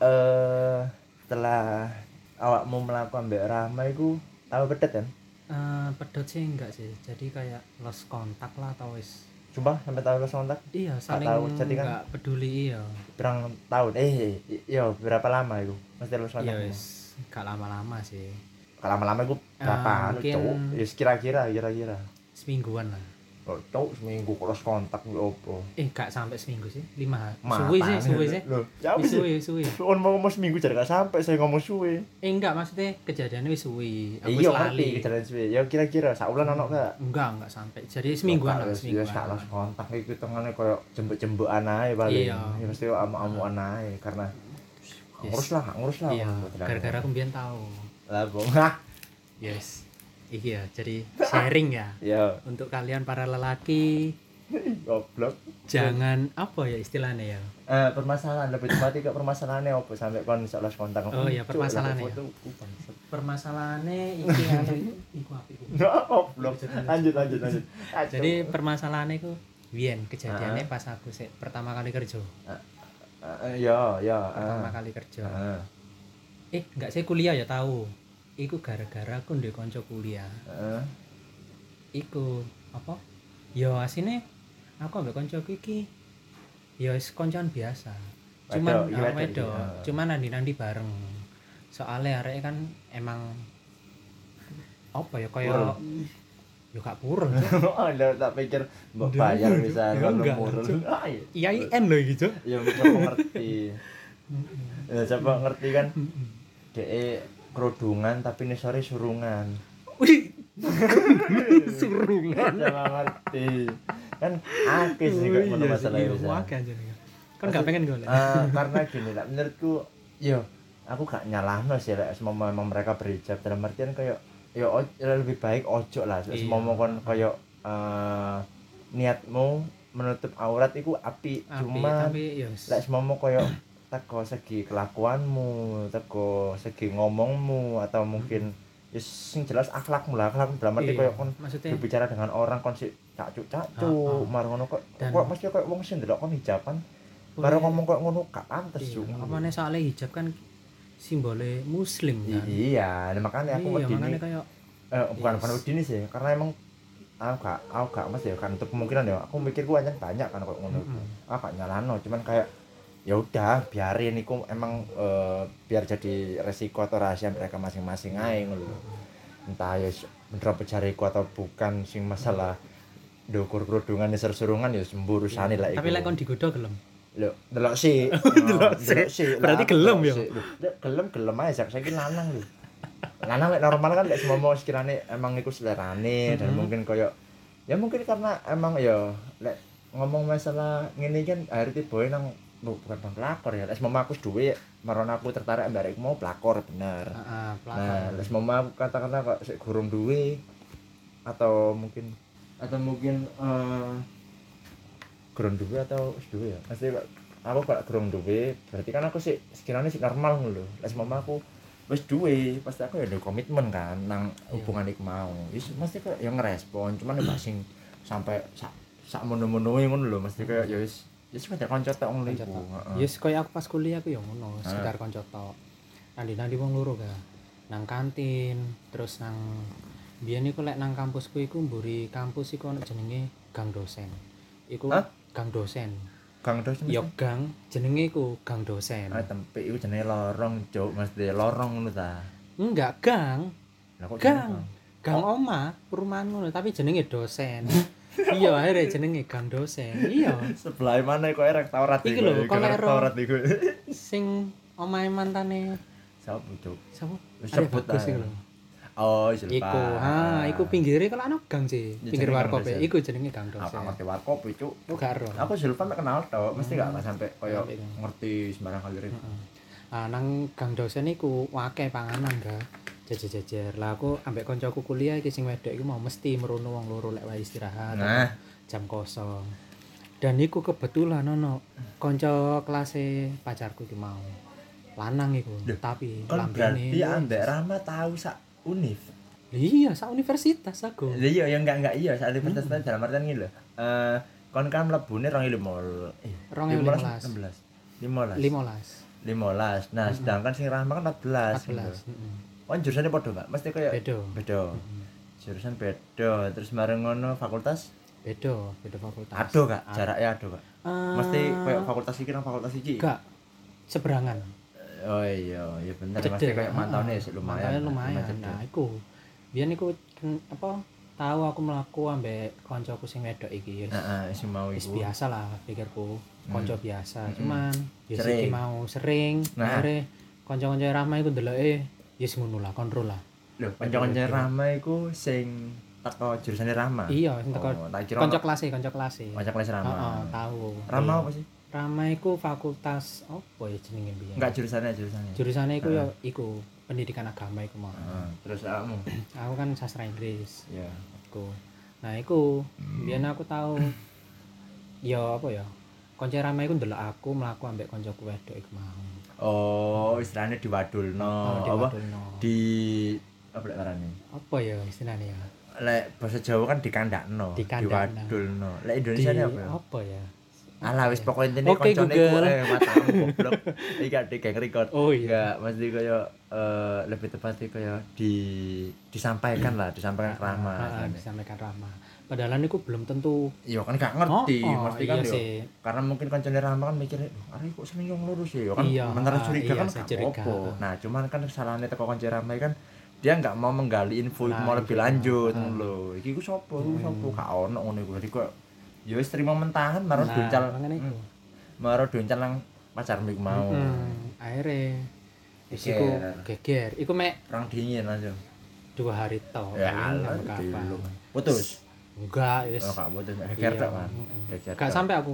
Speaker 1: Eh setelah awakmu melakukan mbek Rahma iku tahu pedet kan?
Speaker 2: Eh, pedot sih enggak sih. Jadi kayak lost kontak lah atau wis.
Speaker 1: Sumpah sampai tahu ke kontak
Speaker 2: Iya, saling
Speaker 1: tahu, jadi kan-
Speaker 2: enggak peduli iya.
Speaker 1: berang tahun eh i- yo berapa lama itu mesti lulus
Speaker 2: Iya
Speaker 1: kontak
Speaker 2: wis enggak lama-lama sih.
Speaker 1: kalau lama-lama itu berapa
Speaker 2: Ah,
Speaker 1: anu
Speaker 2: mungkin-
Speaker 1: cowok ya kira-kira kira-kira
Speaker 2: Semingguan lah.
Speaker 1: oh, cowok seminggu cross kontak gue opo
Speaker 2: Eh, enggak sampai seminggu sih. Lima hari.
Speaker 1: Mata
Speaker 2: Suwe sih,
Speaker 1: nih,
Speaker 2: suwe sih.
Speaker 1: lho ya
Speaker 2: Wis
Speaker 1: wis
Speaker 2: suwe, suwe.
Speaker 1: on mau ngomong seminggu jadi gak sampai saya ngomong suwe
Speaker 2: Eh, enggak maksudnya kejadiannya wis suwe. Aku
Speaker 1: iya
Speaker 2: wis
Speaker 1: ngerti
Speaker 2: lali.
Speaker 1: jalan suwe ya kira-kira saulan ono gak
Speaker 2: Enggak, enggak sampai. Jadi semingguan lah,
Speaker 1: seminggu
Speaker 2: semingguan.
Speaker 1: gak lost kontak itu tengahnya koyo jembek-jembek anai paling
Speaker 2: Iya.
Speaker 1: ya mesti kok amu-amu anai karena
Speaker 2: Yes.
Speaker 1: ngurus lah gak ngurus lah
Speaker 2: Iya,
Speaker 1: ngomong jalan.
Speaker 2: gara-gara aku mbiyen tahu.
Speaker 1: lah bongah
Speaker 2: Yes. Iya, jadi sharing ya.
Speaker 1: ya
Speaker 2: Untuk kalian para lelaki,
Speaker 1: goblok
Speaker 2: jangan apa ya istilahnya ya.
Speaker 1: Eh, permasalahan lebih tepatnya ke permasalahannya apa sampai kon bisa lost kontak
Speaker 2: Oh, iya,
Speaker 1: Cuk,
Speaker 2: permasalahannya
Speaker 1: lah,
Speaker 2: ya.
Speaker 1: foto ku bangsat.
Speaker 2: Permasalahannya iki anu iku apik, iku.
Speaker 1: Ya, goblok. lanjut lanjut lanjut Ah,
Speaker 2: Jadi
Speaker 1: Cuk.
Speaker 2: permasalahannya iku Bien,
Speaker 1: Ah.
Speaker 2: kejadiannya pas aku sik pertama kali kerja.
Speaker 1: Eh, eh, ya ya
Speaker 2: Pertama
Speaker 1: ah.
Speaker 2: kali kerja.
Speaker 1: Ah,
Speaker 2: Eh, enggak saya kuliah ya tahu. Iku gara-gara aku ndek kanca kuliah.
Speaker 1: ah.
Speaker 2: iku apa yo asine aku ambek koncoku iki yo wis koncoan biasa cuman
Speaker 1: Wedok, iya
Speaker 2: ah,
Speaker 1: wedok
Speaker 2: wedok
Speaker 1: iki, ah.
Speaker 2: cuman nandi nandi bareng soalnya arek kan emang apa ya kaya yo gak purun Cuk.
Speaker 1: Oh, lah, tak pikir mbok
Speaker 2: Ndak,
Speaker 1: bayar
Speaker 2: Cuk.
Speaker 1: bisa
Speaker 2: Ya,
Speaker 1: kalau
Speaker 2: enggak,
Speaker 1: murun.
Speaker 2: Cuk.
Speaker 1: Ah, iya.
Speaker 2: IAIN lho iki cuk
Speaker 1: ya siapa ngerti ya siapa ngerti kan de kerudungan tapi ini sore surungan
Speaker 2: wih surungan
Speaker 1: siapa ngerti kan akeh sih kok ngono masalah
Speaker 2: iya,
Speaker 1: bisa.
Speaker 2: wakil aja nih. kan gak pengen golek
Speaker 1: Eh, karena gini lah menurutku yo aku gak nyalahno sih lek semua memang mereka berhijab dalam artian kayak yo o- lebih baik ojo lah
Speaker 2: Iya.
Speaker 1: semua mau kon kayak eh, niatmu menutup aurat itu api,
Speaker 2: Tapi-
Speaker 1: cuman
Speaker 2: tapi yo wis.
Speaker 1: lek semomo koyo teko segi kelakuanmu, teko segi ngomongmu atau mungkin ya sing jelas akhlakmu lah, akhlakmu dalam arti
Speaker 2: Iya,
Speaker 1: koyo kon
Speaker 2: maksudnya
Speaker 1: berbicara dengan orang kon si cacuk
Speaker 2: Ah, ah.
Speaker 1: cacuk, mar ngono kok
Speaker 2: Dan-
Speaker 1: kok mesti koyo wong sing ndelok kon hijaban,
Speaker 2: boleh-
Speaker 1: baru ngomong koyo ngono gak pantes
Speaker 2: Iya,
Speaker 1: Jung.
Speaker 2: apa nih soalnya hijab kan simbole muslim
Speaker 1: I-
Speaker 2: kan
Speaker 1: Iya, nah, makanya aku
Speaker 2: iya,
Speaker 1: wedini,
Speaker 2: makanya kayak
Speaker 1: eh, bukan
Speaker 2: Yes.
Speaker 1: bukan wedini sih, karena emang aku gak, aku gak mas ya kan untuk kemungkinan ya, aku mikir gua anjing banyak kan kok ngono.
Speaker 2: Mm-mm.
Speaker 1: apa nyalano cuman kayak ya udah biarin iku emang eh, biar jadi resiko atau rahasia mereka masing-masing ae ngono lho. entah ya s- bener apa jariku atau bukan sing masalah dukur kerudungan ya sersurungan ya semburu sani lah
Speaker 2: Iya, tapi lek kon digoda gelem
Speaker 1: lho delok sih
Speaker 2: Delok sih. Berarti gelem ya?
Speaker 1: gelem gelem ae sak saiki lanang lho lanang lek normal kan lek semua mau sekirane emang iku selerane dan
Speaker 2: Mhm.
Speaker 1: mungkin koyo ya mungkin karena emang ya lek ngomong masalah ngene kan akhirnya boy nang bu- bukan bang pelakor ya lek semua aku duwe maron aku tertarik ambek arek mau pelakor bener
Speaker 2: heeh
Speaker 1: nah lek semua aku katakanlah kok sik gurung duwe atau mungkin atau mungkin eh gurung duwe atau wis duwe ya pasti kok aku kok gurung duwe berarti kan aku sih sekiranya sih normal ngono lho lek mama aku wis duwe pasti aku ya ada komitmen kan nang hubungan iku mau wis mesti kok ya ngerespon cuman ya sing sampai sak sak mono-mono ngono lho mesti kayak ya wis wis padha kanca tok ngono
Speaker 2: Kanca
Speaker 1: iku
Speaker 2: tok.
Speaker 1: heeh.
Speaker 2: yes koyo aku pas kuliah aku yo ngono sekitar konco tok nandi nandi wong loro ga nang kantin terus nang biyen iku lek nang kampusku iku mburi kampus iku ono jenenge gang dosen iku
Speaker 1: Hah?
Speaker 2: gang dosen
Speaker 1: Kang Dos mesti-
Speaker 2: yo gang jenenge iku gang dosen
Speaker 1: Ah, tempe iku jenenge lorong, Cuk. Mesti lorong ngono ta.
Speaker 2: enggak gang
Speaker 1: Lah kok
Speaker 2: Gang.
Speaker 1: jenenge Oh.
Speaker 2: gang oma perumahan ngono tapi jenenge dosen iya akhirnya jenenge gang dosen iya
Speaker 1: gang? Sebelah mana kok rektorat
Speaker 2: Iki lho,
Speaker 1: Gang
Speaker 2: kolero.
Speaker 1: rektorat iku.
Speaker 2: sing omahe mantane
Speaker 1: Sapa, Cuk?
Speaker 2: sapa
Speaker 1: Wis
Speaker 2: Arya
Speaker 1: sebut
Speaker 2: Bagus
Speaker 1: ae.
Speaker 2: iku lho.
Speaker 1: Oh, silpa.
Speaker 2: Iku, ha, iku pinggire kalau ana gang sih,
Speaker 1: Ya, jenenge
Speaker 2: pinggir
Speaker 1: gang
Speaker 2: warkop
Speaker 1: dosen.
Speaker 2: ya. Iku jenenge gang
Speaker 1: Apa
Speaker 2: dosen.
Speaker 1: ngerti warkop, Cuk?
Speaker 2: Aku gak ero.
Speaker 1: Aku Zulfa mek kenal tok, mesti gak sampai koyo
Speaker 2: Sampai.
Speaker 1: ngerti sembarang kali rek.
Speaker 2: Heeh. Ah, nang gang dosen iku akeh panganan ga. Jejer-jejer. Lah aku ambek koncoku kuliah iki sing wedok iku mau mesti merono wong loro lek wae istirahat.
Speaker 1: Nah.
Speaker 2: atau Jam kosong. dan iku kebetulan ono konco kelas pacarku ki mau lanang iku
Speaker 1: Loh,
Speaker 2: tapi
Speaker 1: Kon kan berarti
Speaker 2: Kan lambene-
Speaker 1: ambek Rama tahu sak univ.
Speaker 2: iya sak universitas aku
Speaker 1: Lah iya ya enggak enggak iya sak
Speaker 2: Hmm.
Speaker 1: universitas tadi dalam artian ngene lho. Eh kon kan mlebune 2015. Eh,
Speaker 2: 2015.
Speaker 1: 15. 15. 15.
Speaker 2: 15 Hmm.
Speaker 1: Nah, sedangkan sing Rama kan 14.
Speaker 2: 14 heeh.
Speaker 1: Oh, jurusannya podo, Mbak. Mesti kayak
Speaker 2: Beda.
Speaker 1: Bedo.
Speaker 2: Mm-hmm.
Speaker 1: Jurusan bedo. Terus bareng ngono fakultas
Speaker 2: beda beda fakultas
Speaker 1: ado, Kak. Jaraknya ado, Kak.
Speaker 2: Eh,
Speaker 1: Mesti kayak fakultas iki nang fakultas iki.
Speaker 2: enggak seberangan
Speaker 1: Oh iya, iya bener. Mesti
Speaker 2: Cedek,
Speaker 1: kayak
Speaker 2: heeh.
Speaker 1: mantaunya sih lumayan.
Speaker 2: Ah, Mantaunya
Speaker 1: Kak.
Speaker 2: lumayan
Speaker 1: cedek.
Speaker 2: nah iku biyen iku ken- apa tahu aku mlaku ambek kancaku sing wedok iki ya
Speaker 1: Heeh, sing mau
Speaker 2: wis
Speaker 1: iku. Hmm.
Speaker 2: biasa lah pikirku konco biasa cuman ya
Speaker 1: Sering.
Speaker 2: sering mau sering
Speaker 1: Nah.
Speaker 2: akhirnya konco-konco ramai iku ndeloke ya yes, ngono lah kontrol lah
Speaker 1: Lho, kanca-kanca Rama iku sing teko jurusane Rama.
Speaker 2: iya sing teko
Speaker 1: Oh, tak kira
Speaker 2: konco kelas e konco kelas e
Speaker 1: kanca kelas Rama.
Speaker 2: heeh tahu
Speaker 1: Rama apa sih?
Speaker 2: ramai iku fakultas apa ya jenenge biyen
Speaker 1: Enggak jurusannya, jurusannya.
Speaker 2: jurusannya iku ya iku pendidikan agama iku mau
Speaker 1: Heeh, terus kamu.
Speaker 2: aku kan sastra Inggris
Speaker 1: Iya.
Speaker 2: aku nah iku
Speaker 1: Hmm.
Speaker 2: biyen aku tahu ya apa ya konco ramai iku ndelok aku mlaku ambek koncoku wedok iku mau
Speaker 1: Oh, istilahnya diwadulno.
Speaker 2: Oh,
Speaker 1: Apa?
Speaker 2: diwadulno.
Speaker 1: Di apa lek arane?
Speaker 2: apa ya istilahnya ya
Speaker 1: Lek bahasa Jawa kan dikandakno,
Speaker 2: Dikandakno.
Speaker 1: diwadulno. Lek Indonesia
Speaker 2: Di-
Speaker 1: ini apa? ya?
Speaker 2: apa ya
Speaker 1: Alah wis pokok intine
Speaker 2: Oke,
Speaker 1: koncone ku
Speaker 2: Google.
Speaker 1: eh matamu goblok. Iki ada geng record.
Speaker 2: Oh, iya.
Speaker 1: Enggak, mesti kaya eh, lebih tepatnya kaya di disampaikan lah, disampaikan ke Rama.
Speaker 2: Ah, ah, disampaikan Rama padahal niku belum tentu
Speaker 1: Iya kan gak ngerti,
Speaker 2: Oh, oh,
Speaker 1: mesti kan
Speaker 2: iya
Speaker 1: yo.
Speaker 2: sih.
Speaker 1: Karena mungkin koncone Rama kan mikirnya, "Duh, arek kok seneng yang lurus ya, Yo kan
Speaker 2: Iya,
Speaker 1: antara
Speaker 2: ah,
Speaker 1: curiga
Speaker 2: iya,
Speaker 1: kan
Speaker 2: saya
Speaker 1: gak
Speaker 2: curiga,
Speaker 1: apa
Speaker 2: ah.
Speaker 1: Nah, cuman kan kesalahannya teko koncone Rama kan dia nggak mau menggali info
Speaker 2: Nah,
Speaker 1: mau lebih
Speaker 2: iya.
Speaker 1: lanjut
Speaker 2: Ah. Hmm.
Speaker 1: lho. Iki ku sapa, ku sapa, gak ono ngono iku. Jadi kok ya wis terima mentahan marah
Speaker 2: Nah,
Speaker 1: duncal.
Speaker 2: makanya iku.
Speaker 1: Maro doncan nang pacarmu iku mau.
Speaker 2: Hmm, akhirnya wis iku
Speaker 1: Oh. Geger.
Speaker 2: geger iku mek
Speaker 1: Perang dingin langsung.
Speaker 2: dua hari toh
Speaker 1: Ya
Speaker 2: paling
Speaker 1: Allah,
Speaker 2: Oh, iya, nggak kapan.
Speaker 1: dulu. Putus.
Speaker 2: enggak wis
Speaker 1: Oh, Kak putus geger
Speaker 2: Iya,
Speaker 1: tok kan.
Speaker 2: mm, mm.
Speaker 1: Geger.
Speaker 2: gak
Speaker 1: tok.
Speaker 2: sampai aku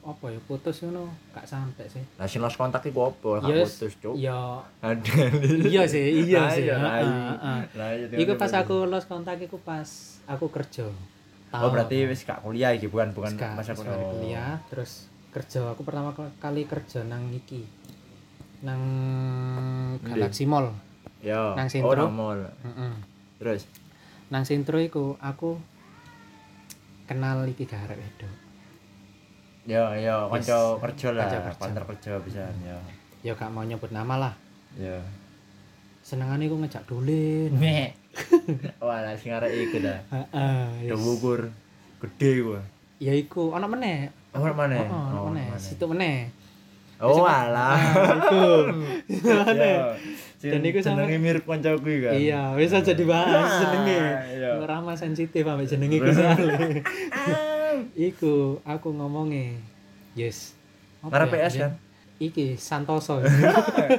Speaker 2: apa ya putus ngono gak sampai sih
Speaker 1: Lah sing lost kontak iku opo? Kak
Speaker 2: Ya, wis,
Speaker 1: putus, Cuk.
Speaker 2: ya
Speaker 1: Andel.
Speaker 2: iya sih
Speaker 1: Lah,
Speaker 2: iya sih
Speaker 1: iya,
Speaker 2: heeh,
Speaker 1: lah, iya.
Speaker 2: heeh.
Speaker 1: Lah, iya, tiba-tiba
Speaker 2: iku pas
Speaker 1: putus.
Speaker 2: aku lost kontak iku pas aku kerja
Speaker 1: Oh,
Speaker 2: Tahun
Speaker 1: berarti wis gak kuliah iki, bukan bukan
Speaker 2: Terus gak-
Speaker 1: masa
Speaker 2: terus gak ada kuliah terus kerja aku pertama ke- kali kerja nang iki nang
Speaker 1: Ndi?
Speaker 2: Galaxy Mall
Speaker 1: Yo.
Speaker 2: Nang
Speaker 1: Oh,
Speaker 2: sentro.
Speaker 1: nang mall. Terus
Speaker 2: nang sentro iku aku kenal iki garek wedok
Speaker 1: yo yo
Speaker 2: Wis.
Speaker 1: kanca kerja lah,
Speaker 2: Kanca kerja.
Speaker 1: kantor kerja bisa yo.
Speaker 2: ya gak mau nyebut nama lah
Speaker 1: Yo.
Speaker 2: senengane iku ngejak dolen
Speaker 1: Meh. Wah, lah sing arek iku dah.
Speaker 2: Heeh,
Speaker 1: Udah
Speaker 2: yes.
Speaker 1: wukur. Gede gua.
Speaker 2: ya iku ana meneh
Speaker 1: Oh, mana?
Speaker 2: heeh ana Eh, meneh situ meneh
Speaker 1: Oh
Speaker 2: Cuma-
Speaker 1: alah. Iku.
Speaker 2: Dan iku sama-
Speaker 1: jenenge mirip kancaku iki kan.
Speaker 2: iya wis aja dibahas
Speaker 1: Ah,
Speaker 2: jenenge
Speaker 1: iya.
Speaker 2: ngerama sensitif ambek jenenge iku soalnya iku aku ngomongnya yes Apa
Speaker 1: Ngarep
Speaker 2: ya,
Speaker 1: PS kan?
Speaker 2: iki Santoso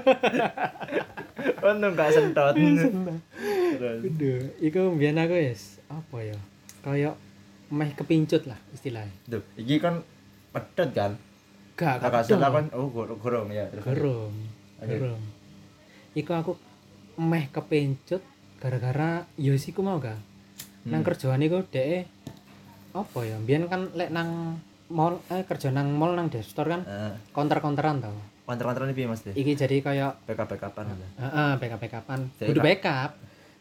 Speaker 1: kan? Untung gak sentot. Terus.
Speaker 2: Aduh, iku mbiyen aku yes apa ya kayak meh kepincut lah istilahnya
Speaker 1: Duh, iki kan pedet kan.
Speaker 2: gak
Speaker 1: Kakak
Speaker 2: kadung.
Speaker 1: salah kan oh gor- gorong ya. terus.
Speaker 2: gerung
Speaker 1: Oke.
Speaker 2: gerung iku aku meh kepincut gara-gara yo iku mau gak
Speaker 1: Hmm.
Speaker 2: nang kerjaan iku dhek apa ya mbiyen kan lek nang mall eh kerja nang mall nang destor kan
Speaker 1: Heeh.
Speaker 2: konter-konteran tau
Speaker 1: Kontrak-kontrak ini Eh, piye Mas? gitu.
Speaker 2: iki jadi kayak
Speaker 1: PKP-kapan lah.
Speaker 2: heeh backup backupan
Speaker 1: Jadi
Speaker 2: kudu
Speaker 1: kak-
Speaker 2: backup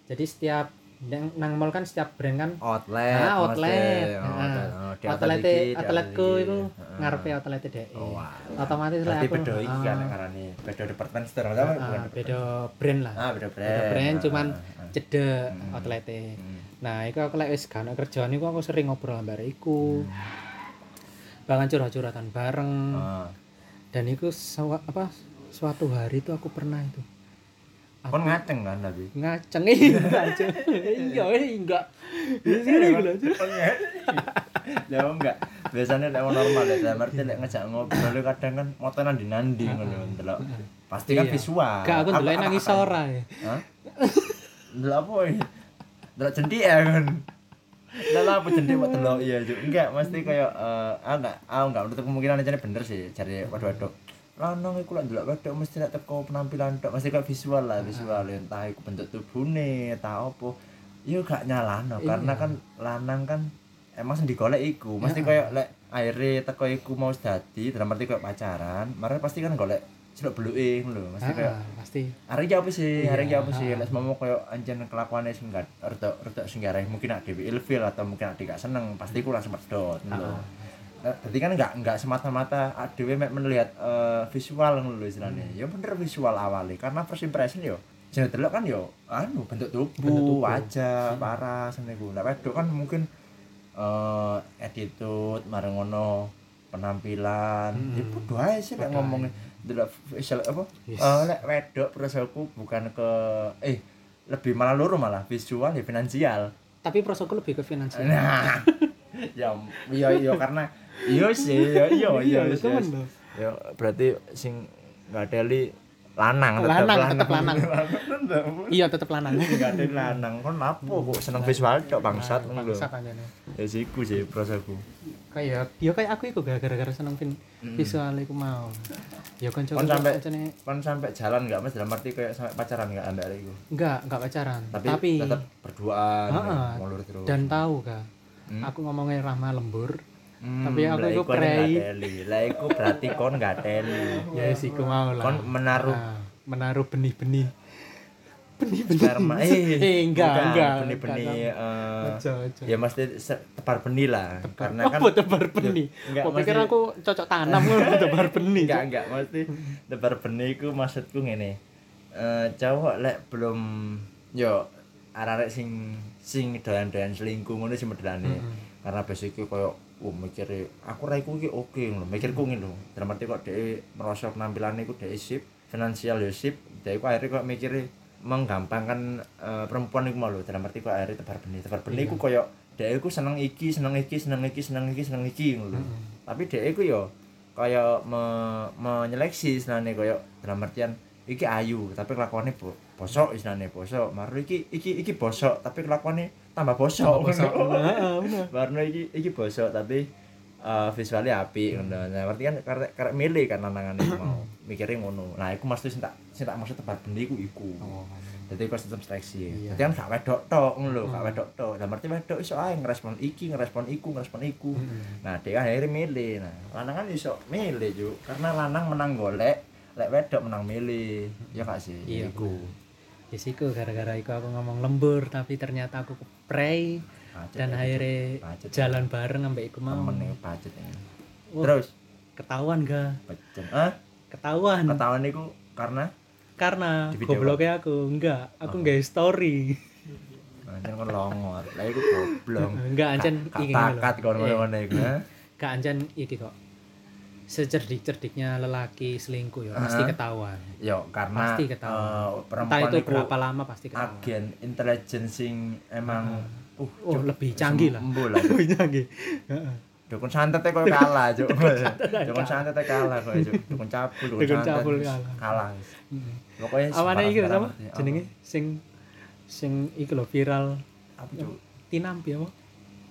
Speaker 2: jadi setiap nang, nang mall kan setiap brand kan
Speaker 1: Outlet.
Speaker 2: Ah,
Speaker 1: Mas,
Speaker 2: outlet.
Speaker 1: deh. Oh,
Speaker 2: Ah.
Speaker 1: outlet. Oh, di
Speaker 2: outlet
Speaker 1: iki, di
Speaker 2: outletku
Speaker 1: outlet
Speaker 2: iku
Speaker 1: iki. Heeh.
Speaker 2: ngarepe outlet dhek
Speaker 1: Oh, wah.
Speaker 2: otomatis lah
Speaker 1: Berarti
Speaker 2: aku Ah.
Speaker 1: bedo iki kan
Speaker 2: heeh,
Speaker 1: karane bedo department store apa
Speaker 2: heeh,
Speaker 1: bukan department.
Speaker 2: beda brand lah
Speaker 1: Ah, beda brand.
Speaker 2: beda brand
Speaker 1: Ah,
Speaker 2: cuman
Speaker 1: ah, ah, ah.
Speaker 2: cedek outlete
Speaker 1: Hmm.
Speaker 2: nah iku aku lek wis gak ana kerjaan iku aku sering ngobrol bareng iku bahkan curhat-curhatan bareng
Speaker 1: Ah.
Speaker 2: dan iku sewa- apa suatu hari itu aku pernah itu
Speaker 1: Kon ngaceng kan tapi.
Speaker 2: ngaceng iya ngaceng iya eh, enggak Iya, sih, iya, gila, cuy.
Speaker 1: Oh, iya. Lah oh, enggak. Biasanya lek orang normal ya, dalam arti lek ngejak ngobrol itu kadang kan motor nandi-nandi ngono ndelok. Pasti kan
Speaker 2: Iya.
Speaker 1: visual.
Speaker 2: gak aku dulu nangis ora ya
Speaker 1: Hah? Ndelok apa ini? Ndelok jentik ya kan. Ndelok apa jentik kok delok iya Cuk. Enggak, mesti kayak eh ah enggak, ah enggak menurut kemungkinan aja bener sih cari waduh-waduh. Lanang iku lek ndelok wedok mesti lek teko penampilan tok, mesti kayak visual lah, visual entah iku bentuk tubuhne, entah apa. Yo gak nyalano karena kan lanang kan emang sing digolek iku mesti koyo lek akhirnya teko iku mau dadi dalam arti koyo pacaran marane pasti kan golek celuk beluke ngono lho mesti koyo
Speaker 2: Ah, pasti
Speaker 1: Hari iki apa sih? Hari iki
Speaker 2: Iya,
Speaker 1: apa sih?
Speaker 2: ah.
Speaker 1: Lek mau koyo anjen kelakuane sing gak rada rada sing gak areh. mungkin ada dhewe ilfil atau mungkin ada gak seneng, pasti ku langsung medot.
Speaker 2: Ah.
Speaker 1: ngono. Nah, Berarti kan nggak nggak semata-mata dhewe mek melihat eh, visual ngono lho istilahnya.
Speaker 2: Hmm.
Speaker 1: Ya bener visual awalnya karena first impression yo jeneng delok kan yo anu bentuk tubuh,
Speaker 2: Bentuk tubuh. Hmm.
Speaker 1: wajah, paras ngene ku. Lek wedok kan mungkin eh attitude mareng ngono penampilan. Ya
Speaker 2: Hmm.
Speaker 1: bodo ae sih lek
Speaker 2: Padahal.
Speaker 1: ngomongnya delok facial apa
Speaker 2: Yes.
Speaker 1: Eh, lek wedok perasaanku bukan ke eh lebih malah loro malah visual ya finansial
Speaker 2: tapi prosoku lebih ke finansial
Speaker 1: nah ya iya iya karena iya sih iya iya iya
Speaker 2: Iya,
Speaker 1: yes,
Speaker 2: temen
Speaker 1: yes.
Speaker 2: lho.
Speaker 1: ya berarti sing nggak ada li lanang
Speaker 2: Lanang, tetep lanang.
Speaker 1: Tetep
Speaker 2: iya tetap lanang
Speaker 1: nggak ada lanang kon lapo kok seneng visual cok bangsat
Speaker 2: Nah,
Speaker 1: ngono lho
Speaker 2: bangsat anjane
Speaker 1: ya siku sih perasaanku
Speaker 2: kayak ya kayak aku iku gara-gara seneng fin visual iku mau ya kan
Speaker 1: Hmm. kon sampai
Speaker 2: kancane
Speaker 1: kon sampai jalan nggak mas dalam arti kayak sampai pacaran nggak anda itu
Speaker 2: enggak enggak pacaran
Speaker 1: tapi,
Speaker 2: tapi,
Speaker 1: tetap berduaan
Speaker 2: Heeh.
Speaker 1: ngulur terus
Speaker 2: dan tahu gak
Speaker 1: Hmm.
Speaker 2: aku ngomongnya Rahma lembur
Speaker 1: Hmm,
Speaker 2: Tapi aku
Speaker 1: lah
Speaker 2: iku
Speaker 1: kon
Speaker 2: prei.
Speaker 1: nggak teli. Lah iku berarti kon nggak teli.
Speaker 2: ya sih aku mau lah
Speaker 1: Kon menaruh
Speaker 2: Nah, menaruh benih-benih benih-benih
Speaker 1: sperma eh,
Speaker 2: eh enggak
Speaker 1: bukan,
Speaker 2: enggak
Speaker 1: benih-benih eh,
Speaker 2: aja aja
Speaker 1: ya mesti se- tebar benih lah karena kan
Speaker 2: apa tebar Oh, benih
Speaker 1: enggak,
Speaker 2: kok pikir
Speaker 1: maksudnya-
Speaker 2: aku cocok tanam kan tebar benih
Speaker 1: enggak enggak mesti tebar benih iku maksudku ngene. Eh cowok lek belum yo arek sing sing doyan-doyan selingkuh ngono sing modelane. Karena basic iku koyo oh mikir aku ra iku iki oke ngono. Mikirku ngene lho. Dalam arti kok dhek merasa penampilannya iku dhek sip, finansial yo sip, dhek iku akhirnya kok mikire menggampangkan eh, perempuan iku mau lho. Dalam arti kok akhirnya tebar benih, tebar benih iku koyo dhek iku seneng iki, seneng iki, seneng iki, seneng iki, seneng iki ngono lho. Tapi dhek iku yo kaya me, menyeleksi istilahnya kaya dalam artian iki ayu tapi kelakuannya bo, bosok istilahnya bosok maru iki iki iki bosok tapi kelakuannya tambah bosok
Speaker 2: Bosok. Nah, bener.
Speaker 1: Warna iki iki bosok tapi eh, visualnya api
Speaker 2: Hmm.
Speaker 1: ngono. Nah, berarti kan karek karek milih kan lanangan iku mau. Mikire ngono. Nah, iku mesti sing tak sing tak maksud tebar benih iku iku. Jadi kok sistem seleksi.
Speaker 2: Oh. Iya. Hmm.
Speaker 1: Jadi kan gak wedok tok ngono lho, gak wedok tok. Lah berarti wedok iso ae ngerespon iki, ngerespon iku, ngerespon iku. Nah, dia kan akhirnya milih. Nah, lanangan iso milih juk karena lanang menang golek, lek wedok menang milih. Ya gak sih?
Speaker 2: Iya,
Speaker 1: Iku.
Speaker 2: ya sih aku gara-gara iku aku ngomong lembur tapi ternyata aku keprei
Speaker 1: Pacet
Speaker 2: dan
Speaker 1: ya,
Speaker 2: akhirnya
Speaker 1: Pacet.
Speaker 2: jalan bareng sampai iku mau
Speaker 1: temen iku pacet ini.
Speaker 2: Wah.
Speaker 1: Terus
Speaker 2: ketahuan gak
Speaker 1: pecen. Hah?
Speaker 2: ketahuan
Speaker 1: Ketahuan iku karena
Speaker 2: karena
Speaker 1: Di video Oh.
Speaker 2: gobloknya aku enggak aku enggak story
Speaker 1: Ancen kon longor. Lah iku goblok.
Speaker 2: enggak ancen iki ngono lho.
Speaker 1: Takat kon ngono iku. ha?
Speaker 2: enggak ancen iki kok secerdik-cerdiknya lelaki selingkuh ya pasti
Speaker 1: Heeh.
Speaker 2: ketahuan
Speaker 1: Yo karena
Speaker 2: Pasti ketahuan.
Speaker 1: eh,
Speaker 2: entah
Speaker 1: perempuan
Speaker 2: itu
Speaker 1: iku
Speaker 2: berapa lama pasti ketahuan
Speaker 1: agen intelijen sing emang uh,
Speaker 2: oh lebih canggih lah
Speaker 1: Embo lah.
Speaker 2: lebih canggih Heeh.
Speaker 1: Dukun santet kok kalah, Cuk. Dukun santet e kalah kok, Cuk. Dukun cabul,
Speaker 2: Dukun
Speaker 1: dukun santet
Speaker 2: cabul
Speaker 1: wis
Speaker 2: kalah.
Speaker 1: Kalah. wis. Pokoknya
Speaker 2: awane iki lho, apa
Speaker 1: sembarang-sembarang.
Speaker 2: jenenge sing sing iki lho viral
Speaker 1: Apa, Cuk?
Speaker 2: tinampi apa
Speaker 1: Hmm.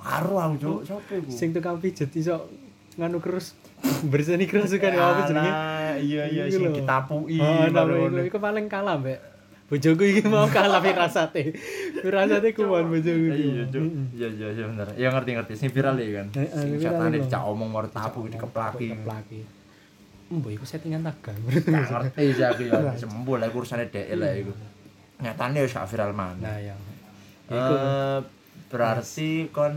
Speaker 1: Karo aku, Cuk. Sopo iku?
Speaker 2: sing tukang pijet iso nganu terus berseni kerasukan ya apa
Speaker 1: Alah,
Speaker 2: jenenge
Speaker 1: Iya, iya
Speaker 2: Iku
Speaker 1: sing
Speaker 2: lho.
Speaker 1: ditapuki.
Speaker 2: Oh,
Speaker 1: baru
Speaker 2: nama
Speaker 1: ngono.
Speaker 2: iku, iku paling kalah, Mbak. Bojoku iki mau kalah firasate. Firasate kuwan bojoku iki.
Speaker 1: Iya, Cuk. Iya, iya, iya bener. Ya ngerti-ngerti sing viral ya kan.
Speaker 2: Mm-hmm. Eh, eh,
Speaker 1: Sing
Speaker 2: viral
Speaker 1: catane
Speaker 2: iku.
Speaker 1: dicak omong mau tapu dikeplaki.
Speaker 2: Keplaki. Mbok iku settingan tagang.
Speaker 1: Gak ngerti sih aku ya. Sembul lah iku urusane dhek lah iku. Nyatane wis gak viral mana.
Speaker 2: Nah, ya. Iku
Speaker 1: Eh berarti kon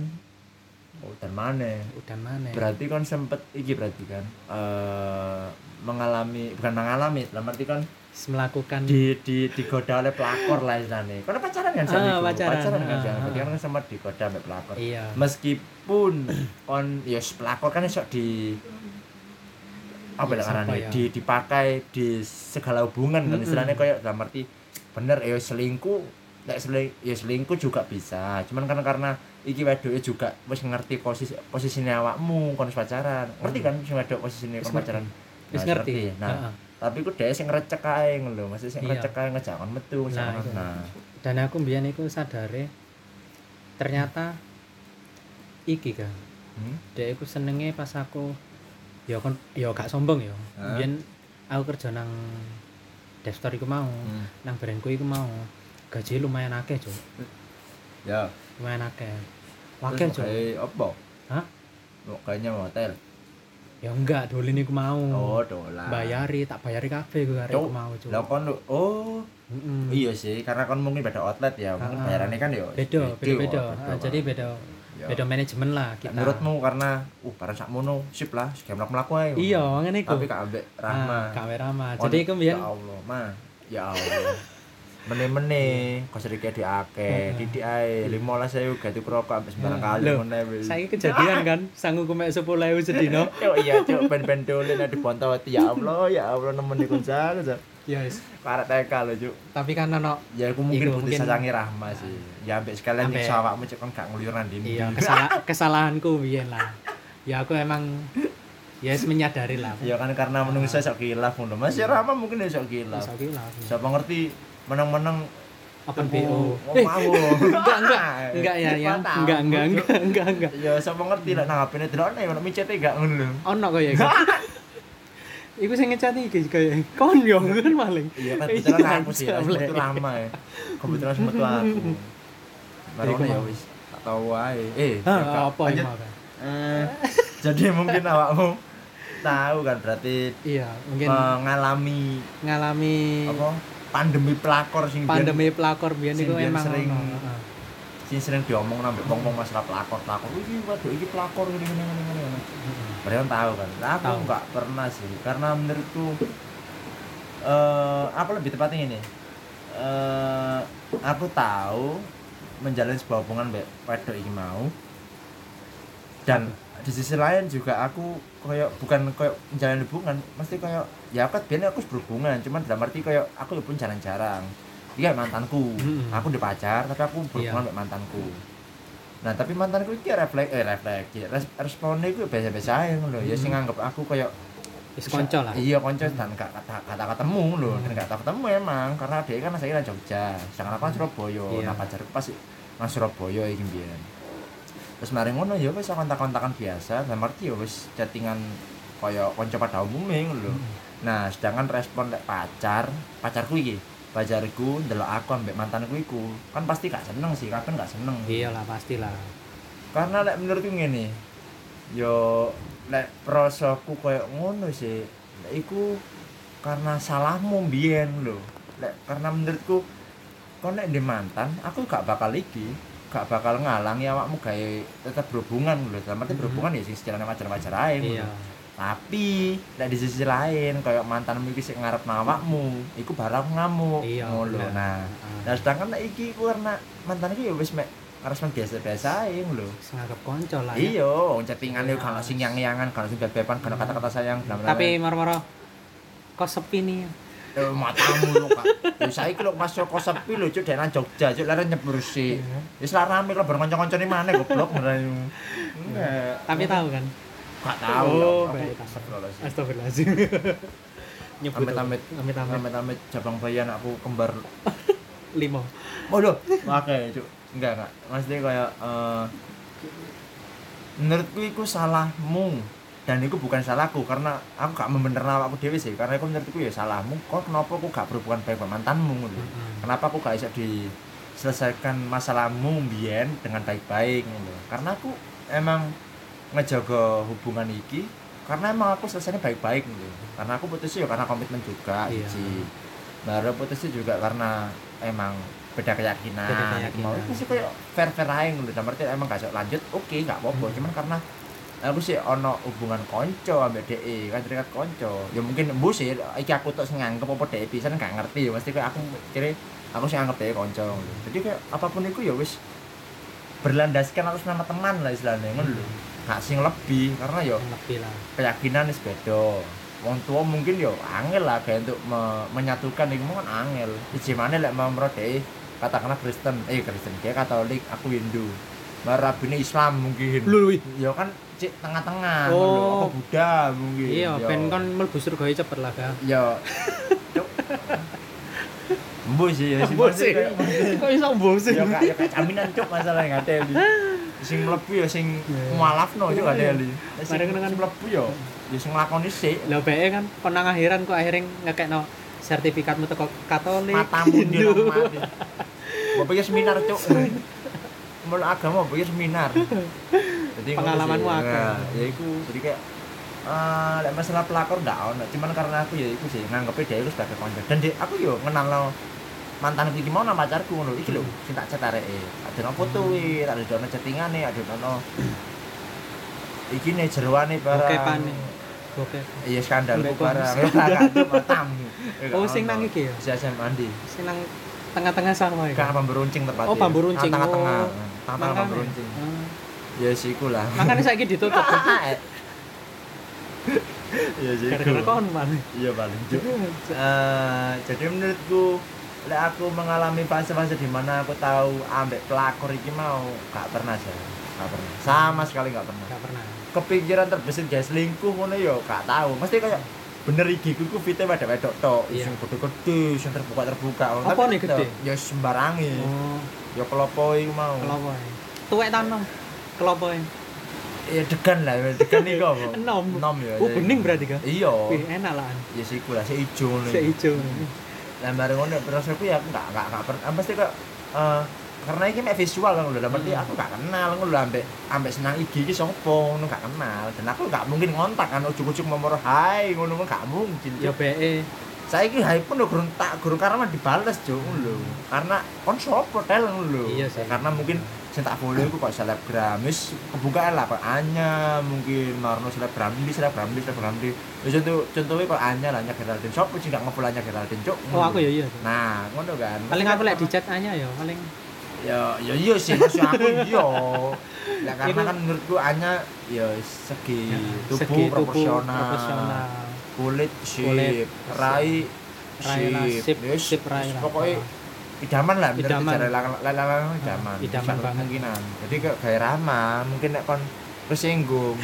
Speaker 1: oh dan mana?
Speaker 2: udah mana?
Speaker 1: Berarti kon sempet iki berarti kan eh mengalami bukan mengalami, dalam arti kon
Speaker 2: Melakukan
Speaker 1: di di digoda oleh pelakor lah istilahnya. Karena pacaran kan sama
Speaker 2: Ah,
Speaker 1: iku?
Speaker 2: pacaran.
Speaker 1: kan
Speaker 2: Ah,
Speaker 1: sama. Berarti
Speaker 2: ah.
Speaker 1: kan sempat digoda oleh pelakor.
Speaker 2: Iya.
Speaker 1: Meskipun kon ya pelakor kan iso di apa
Speaker 2: Iya,
Speaker 1: lah karena
Speaker 2: siapa ya?
Speaker 1: di dipakai di segala hubungan kan istilahnya kayak dalam arti bener ya selingkuh lek seling, ya selingkuh juga bisa cuman kan karena iki wedoke juga wis ngerti posisi posisine awakmu kon wis pacaran ngerti kan sing wedok posisine kon
Speaker 2: ngerti.
Speaker 1: pacaran
Speaker 2: Mm. Wis
Speaker 1: Nah,
Speaker 2: ngerti.
Speaker 1: nah
Speaker 2: Heeh.
Speaker 1: tapi ku dhek sing ngrecek ae ngono lho maksudnya sing
Speaker 2: Iya.
Speaker 1: ngrecek ae ngejak kon metu ngejak
Speaker 2: Nah,
Speaker 1: kon-
Speaker 2: itu.
Speaker 1: nah
Speaker 2: Dan aku mbiyen iku sadare ternyata iki kan.
Speaker 1: hmm?
Speaker 2: Dek aku senenge pas aku ya kon ya gak sombong ya.
Speaker 1: Heeh.
Speaker 2: Mbiyen aku kerja nang Devstore iku mau.
Speaker 1: Hmm.
Speaker 2: nang brandku iku mau gaji lumayan akeh cuk
Speaker 1: ya
Speaker 2: lumayan akeh
Speaker 1: Terus
Speaker 2: Wakil cok.
Speaker 1: pakai apa?
Speaker 2: Hah?
Speaker 1: Mau kayaknya mau hotel.
Speaker 2: Ya enggak, dolen iku mau.
Speaker 1: Oh, dolar.
Speaker 2: Bayari, tak bayari kabeh gue arek
Speaker 1: Cuk,
Speaker 2: iku mau
Speaker 1: Lah
Speaker 2: cok.
Speaker 1: kon lu- oh,
Speaker 2: Mm-mm.
Speaker 1: iya sih, karena kon mungkin beda outlet ya. Mungkin
Speaker 2: Ah, ah.
Speaker 1: bayarannya kan ya.
Speaker 2: Beda,
Speaker 1: gede,
Speaker 2: beda, beda.
Speaker 1: oh,
Speaker 2: Ah, Jadi beda
Speaker 1: Ya.
Speaker 2: beda manajemen lah kita.
Speaker 1: menurutmu karena uh karena sak mono sip lah, sik mlaku mlaku ae.
Speaker 2: Iya, ngene iku. Ah,
Speaker 1: Tapi kak ambek Rahma.
Speaker 2: kamera mah.
Speaker 1: Kon-
Speaker 2: Jadi iku mbiyen
Speaker 1: Ya Allah, Ma. Ya Allah. Mene-mene
Speaker 2: Iya.
Speaker 1: kok sedikit diake, titik ae 15.000 ganti rokok ambek sembarang kali
Speaker 2: Ah, Loh,
Speaker 1: ngono ae, wis.
Speaker 2: saiki kejadian kan, sanggup mek 10.000 sedino.
Speaker 1: Cuk iya cuk ben-ben dolen ada bontoti ya Allah ya Allah nemen iku jago cuk.
Speaker 2: Ya wis.
Speaker 1: Para TK lho cuk.
Speaker 2: Tapi kan ono
Speaker 1: Ya aku mungkin
Speaker 2: Iku
Speaker 1: butuh
Speaker 2: mungkin-
Speaker 1: sayangi Rahma sih. Ya ambek sekalian
Speaker 2: Ambek-
Speaker 1: nyiksa awakmu cuk kan gak ngluyur nang ndi.
Speaker 2: iya kesala- kesalahanku biyen lah. Ya aku emang ya wis menyadari lah.
Speaker 1: Ya kan karena menungso sok kilaf ngono. Mas ya Rahma mungkin ya sok kilaf.
Speaker 2: Wis oke lah.
Speaker 1: Siapa ngerti menang-menang
Speaker 2: Open BO.
Speaker 1: Oh, mau. enggak, enggak.
Speaker 2: Enggak ya, ya. Enggak, enggak, enggak, enggak, enggak.
Speaker 1: Ya siapa ngerti lah nang HP-ne delokne ono micete enggak ngono lho.
Speaker 2: Ono kok ya. Kak? Iku sing ngecat iki kaya kon yo kan paling.
Speaker 1: Iya kan kebetulan aku sih,
Speaker 2: Iya,
Speaker 1: aku
Speaker 2: Blek.
Speaker 1: itu lama ya. Kebetulan sempat aku. Marone ya wis tak tahu wae. Eh,
Speaker 2: Hah,
Speaker 1: Kak,
Speaker 2: apa
Speaker 1: lanjut.
Speaker 2: ya, ini makan?
Speaker 1: Eh, jadi mungkin awakmu tahu kan berarti
Speaker 2: Iya, mungkin
Speaker 1: mengalami
Speaker 2: ngalami
Speaker 1: Ah. apa pandemi pelakor sing biyen-
Speaker 2: pandemi pelakor biyen
Speaker 1: sing
Speaker 2: iku
Speaker 1: biyen
Speaker 2: emang
Speaker 1: sering-
Speaker 2: ono, ah. heeh.
Speaker 1: sing sering diomong nambah wong-wong masalah pelakor pelakor iki waduh iki pelakor ngene ngene ngene ngene ngene Padahal tahu kan Lah, aku
Speaker 2: Tahu.
Speaker 1: nggak pernah sih karena menurutku eh apa lebih tepatnya ini eh aku tahu menjalin sebuah hubungan mbek wedok iki mau dan di sisi lain juga aku koyok bukan koyok menjalin hubungan mesti koyok ya aku kan biasanya aku harus berhubungan cuman dalam arti koyok aku pun jarang-jarang iya mantanku
Speaker 2: Mm-mm. Iya.
Speaker 1: aku udah pacar tapi aku berhubungan sama mantanku nah tapi mantanku iki refleks eh refleks iki res, responnya gue biasa-biasa aja loh ya sing nganggep aku koyok
Speaker 2: Wis Hmm. konco lah. Hmm.
Speaker 1: iya konco dan gak kata, kata ketemu loh dan gak kata ketemu emang karena dia kan saya Jogja sedangkan aku kan Surabaya
Speaker 2: Hmm. Iya.
Speaker 1: nah pacarku pas nang Surabaya iki mbiyen terus mari ngono ya wis kontak-kontakan biasa dan arti ya wis chattingan koyo konco pada umumnya ngono lho
Speaker 2: Hmm.
Speaker 1: nah sedangkan respon lek pacar pacarku iki pacarku ndelok aku ambek mantanku iku kan pasti gak seneng sih kan gak seneng
Speaker 2: Iya lah pastilah.
Speaker 1: karena lek menurutku ngene yo lek prosoku koyo ngono sih lek iku karena salahmu mbiyen lho lek karena menurutku kon nek ndek mantan aku gak bakal iki gak bakal ngalangi awakmu gawe tetap berhubungan lho dalam arti
Speaker 2: Mhm.
Speaker 1: berhubungan ya sing sejalan wajar-wajar ae
Speaker 2: Iya.
Speaker 1: ngono. tapi lek di sisi lain koyo mantanmu iki sing ngarep awakmu iku barang ngamuk
Speaker 2: Iya,
Speaker 1: ngono
Speaker 2: bener. Ah.
Speaker 1: nah
Speaker 2: Heeh.
Speaker 1: Nah, sedangkan nek iki ku karena mantan iki ya wis mek resmen biasa-biasa ae lho.
Speaker 2: Wis nganggep konco lah. ya.
Speaker 1: Iya, wong chattingan yo kalau sing yang-yangan, kalau sing beb-beban, kalau kata-kata sayang bla bla.
Speaker 2: Tapi moro-moro kok sepi nih ya.
Speaker 1: Eh, matamu lho, Kak. Yo saiki lho pas kok sepi lho cuk daerah Jogja, cuk laren nyebur sih. Wis lah rame lho bareng kanca-kancane maneh goblok beneran. Enggak.
Speaker 2: Tapi tahu kan.
Speaker 1: gak tahu.
Speaker 2: Oh,
Speaker 1: aku
Speaker 2: baik.
Speaker 1: astagfirullahaladzim.
Speaker 2: Astagfirullahalazim. Nyebut.
Speaker 1: Amit-amit.
Speaker 2: Amit-amit.
Speaker 1: Amit-amit jabang bayi anakku kembar.
Speaker 2: Lima.
Speaker 1: Waduh, makanya cuk. Enggak, enggak. Maksudnya kayak eh menurutku itu salahmu dan itu bukan salahku karena aku gak membenerna awakku dhewe sih karena itu menurutku ya salahmu kok kenapa aku gak berhubungan baik sama mantanmu ngono
Speaker 2: Mm-mm.
Speaker 1: kenapa aku gak bisa diselesaikan masalahmu mbiyen dengan baik-baik ngono karena aku emang ngejaga hubungan iki karena emang aku selesainya baik-baik ngono karena aku putusnya ya karena komitmen juga
Speaker 2: Iya.
Speaker 1: siji baru putusnya juga karena emang beda keyakinan,
Speaker 2: Beda
Speaker 1: gitu. mau
Speaker 2: keyakinan.
Speaker 1: itu sih kayak fair fair aja ngono dalam arti emang gak bisa lanjut oke gak apa-apa
Speaker 2: Hmm.
Speaker 1: cuman karena aku sih ono hubungan konco ambek DE kan terikat konco ya mungkin embu sih iki aku tuh sing nganggep apa DE pisan gak ngerti ya mesti kayak aku kira aku sih nganggep DE konco gitu. jadi kayak apapun itu ya wis berlandaskan harus nama teman lah istilahnya ngono
Speaker 2: Hmm.
Speaker 1: lho gak sing lebih karena yo
Speaker 2: Yang Lebih lah.
Speaker 1: keyakinan wis beda wong tua mungkin yo angel lah kayak untuk me- menyatukan iku kan angel siji mana lek memro dhek katakanlah Kristen eh Kristen dia Katolik aku Hindu Baru rabine Islam mungkin
Speaker 2: Lho, wih.
Speaker 1: ya kan cek tengah-tengah
Speaker 2: Oh.
Speaker 1: ngono lho. apa Buddha mungkin
Speaker 2: Iya,
Speaker 1: ya.
Speaker 2: ben kon mlebu surga cepet lah, Kak.
Speaker 1: ya Cuk. embu sih ya
Speaker 2: Mbok sih.
Speaker 1: maksudnya kayak-
Speaker 2: Kok iso mbok sih?
Speaker 1: ya kak ya kak jaminan cuk masalah yang ada di sing mlebu ya sing
Speaker 2: Iya.
Speaker 1: mualaf no juga ada di
Speaker 2: Bareng
Speaker 1: sing
Speaker 2: dengan-
Speaker 1: mlebu ya ya sing lakoni sik
Speaker 2: Lah bae kan kon nang akhiran kok akhirnya ngekekno sertifikatmu teko Katolik.
Speaker 1: matamu
Speaker 2: Hindu.
Speaker 1: ndelok mati. Bapak ya seminar cuk. mulu agama mbok iki seminar. Jadi ngono
Speaker 2: Pengalamanmu
Speaker 1: sih.
Speaker 2: agama.
Speaker 1: Nah, ya iku. Jadi kayak eh lek masalah pelakor ndak ono, cuman karena aku ya iku sih nganggepnya dia itu sebagai konco. Dan dia, aku yo ngenalno mantan iki mau nama pacarku ngono iki lho sing tak chat areke. Ada no foto
Speaker 2: Hmm.
Speaker 1: e, ada ono chattingane, ada ono iki ne jeroane barang.
Speaker 2: Bokepane. Oke.
Speaker 1: Iya skandal
Speaker 2: Mbak
Speaker 1: ku
Speaker 2: Kong.
Speaker 1: barang. Ya kakak cuma tamu. Ya,
Speaker 2: Oh,
Speaker 1: gak
Speaker 2: sing
Speaker 1: ono.
Speaker 2: nang iki ya?
Speaker 1: Si Asam Andi.
Speaker 2: Sing nang tengah-tengah sawah
Speaker 1: Kan
Speaker 2: ya.
Speaker 1: bambu runcing tepatnya.
Speaker 2: Oh, bambu runcing.
Speaker 1: Tengah tengah.
Speaker 2: Oh.
Speaker 1: Tengah bambu runcing. Ya sih iku lah.
Speaker 2: Makanya saiki ditutup.
Speaker 1: Ya sih iku.
Speaker 2: Gara-gara kon maneh.
Speaker 1: Iya paling juk. Eh, jadi menurutku lek aku mengalami fase-fase di mana aku tahu ambek pelakor iki mau gak pernah sih. Gak pernah. Sama sekali gak pernah.
Speaker 2: Gak pernah.
Speaker 1: kepikiran terbesit guys selingkuh ngono ya gak tahu mesti kayak bener iki ku ku fite pada wedok tok
Speaker 2: Iya.
Speaker 1: sing gede-gede sing terbuka-terbuka
Speaker 2: Apa nih gede?
Speaker 1: ya sembarangi
Speaker 2: Oh,
Speaker 1: ya kelopo iku mau
Speaker 2: kelopo. ya. Tuwek ta nom. Kelopo. ya.
Speaker 1: ya degan lah ya degan iku apa
Speaker 2: Enom.
Speaker 1: enom ya
Speaker 2: Oh,
Speaker 1: jadi.
Speaker 2: bening berarti, Kak?
Speaker 1: iya
Speaker 2: Wih, enak lah.
Speaker 1: ya siku lah si ijo ngono
Speaker 2: Sik ijo.
Speaker 1: lah bareng ngono terus aku ya aku gak gak gak pernah ah, mesti kok eh, karena ini mek visual kan lho, berarti
Speaker 2: Hmm.
Speaker 1: aku gak kenal ngono lho ambek ambek senang IG iki sapa ngono gak kenal dan aku gak mungkin ngontak kan ujug-ujug nomor hai ngono kan gak mungkin
Speaker 2: Ya BE.
Speaker 1: saiki hype pun udah gurung tak gurung karena dibales jo lho karena kon sopo tel lho
Speaker 2: Iya sih.
Speaker 1: karena mungkin sing tak follow iku kok selebgram wis kebukaan lah kok Anya mungkin Marno selebgram ini selebgram ini selebgram ini ya contoh contohnya kok Anya lah Anya Geraldine sopo sih gak ngefollow Anya Geraldine cuk
Speaker 2: Oh, aku ya iya.
Speaker 1: nah ngono kan
Speaker 2: Paling aku lek dicat aja ya, paling
Speaker 1: ya ya iya sih maksud aku iya lah karena
Speaker 2: Itu-
Speaker 1: kan menurutku Anya ya segi tubuh
Speaker 2: segi tubuh
Speaker 1: proporsional
Speaker 2: proporsional.
Speaker 1: kulit sip
Speaker 2: Kulit,
Speaker 1: rai
Speaker 2: Rai lah, sip, Ya,
Speaker 1: Yes,
Speaker 2: sip, rai
Speaker 1: yes,
Speaker 2: lah.
Speaker 1: pokoknya idaman lah bener
Speaker 2: Idaman. Ah,
Speaker 1: bicara lalang- lalang idaman
Speaker 2: idaman
Speaker 1: Bisa
Speaker 2: banget.
Speaker 1: kemungkinan jadi kayak kayak Rama mungkin nek kon kesinggung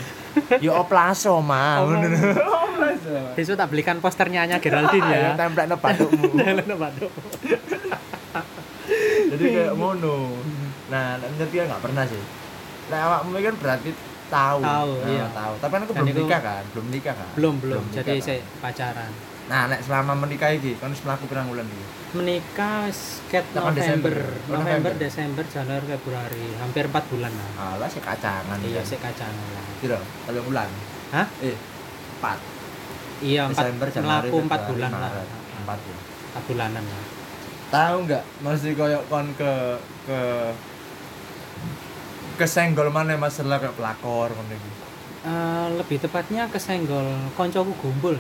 Speaker 1: ya oplaso mah
Speaker 2: Oplaso.
Speaker 1: oplaso
Speaker 2: Besok tak belikan posternya aja Geraldine
Speaker 1: ya
Speaker 2: ya.
Speaker 1: template no batukmu
Speaker 2: Dalam batuk.
Speaker 1: jadi kayak ngono nah nek menurut dia nggak pernah sih nah awakmu kan berarti tahu
Speaker 2: Tahu,
Speaker 1: Nah,
Speaker 2: iya.
Speaker 1: tahu tapi kan aku
Speaker 2: Dan
Speaker 1: belum
Speaker 2: itu-
Speaker 1: nikah kan belum nikah kan
Speaker 2: Belum, belum.
Speaker 1: nikah
Speaker 2: Jadi
Speaker 1: kan?
Speaker 2: saya pacaran.
Speaker 1: nah nek selama menikah iki kon wis mlaku pirang bulan iki
Speaker 2: Menikah sket
Speaker 1: 8 Desember.
Speaker 2: November,
Speaker 1: Oh, November.
Speaker 2: November, Desember, Januari, Februari, hampir 4 bulan lah.
Speaker 1: Alah sih kacangan kan.
Speaker 2: Iya, sik kacang lah.
Speaker 1: Piro? Telung bulan.
Speaker 2: Hah?
Speaker 1: Eh, 4.
Speaker 2: Iya, 4
Speaker 1: Desember, Januari,
Speaker 2: melaku 4
Speaker 1: Februari,
Speaker 2: bulan lah.
Speaker 1: Maret. 4 ya.
Speaker 2: 4 bulanan lah.
Speaker 1: Tahu enggak mesti koyo kon ke ke kesenggol mana masalah kayak pelakor ngono iki.
Speaker 2: Eh, lebih tepatnya kesenggol koncoku ya. gumpul.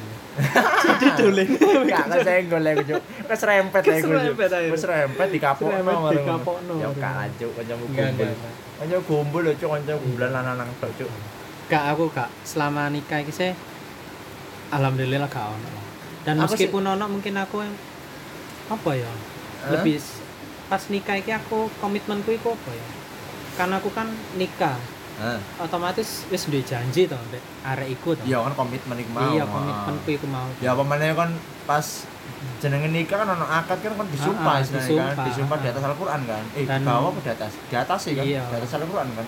Speaker 2: Jadi dole.
Speaker 1: Enggak kesenggol lek juk. Wis rempet lek juk.
Speaker 2: Keserempet aja.
Speaker 1: Wis rempet dikapokno.
Speaker 2: Keserempet
Speaker 1: marung.
Speaker 2: dikapokno,
Speaker 1: Ya
Speaker 2: marung.
Speaker 1: gak lanjut kancamu
Speaker 2: Enggak,
Speaker 1: kumpul.
Speaker 2: enggak, enggak.
Speaker 1: Kanca kumpul lho juk kanca kumpulan lanang-lanang tok juk.
Speaker 2: Gak aku gak selama nikah iki sih alhamdulillah gak ono. lah. Dan
Speaker 1: Aku sih-
Speaker 2: meskipun ono mungkin aku yang apa ya?
Speaker 1: Hah?
Speaker 2: Lebih s- pas nikah iki aku komitmenku iku apa ya? Karena aku kan nikah,
Speaker 1: Heeh.
Speaker 2: otomatis wis duwe janji to mbek arek iku to.
Speaker 1: Ya kan komitmen iku mau.
Speaker 2: Iya, komitmenku iku mau.
Speaker 1: ya apa maneh kan pas jenenge nikah kan ono akad kan kan disumpah
Speaker 2: Ah, ah,
Speaker 1: istilahnya kan
Speaker 2: disumpah,
Speaker 1: disumpah di
Speaker 2: ah.
Speaker 1: atas Al-Qur'an kan eh
Speaker 2: Dan-
Speaker 1: bawah apa di atas di atas sih kan
Speaker 2: Iya.
Speaker 1: di atas Al-Qur'an kan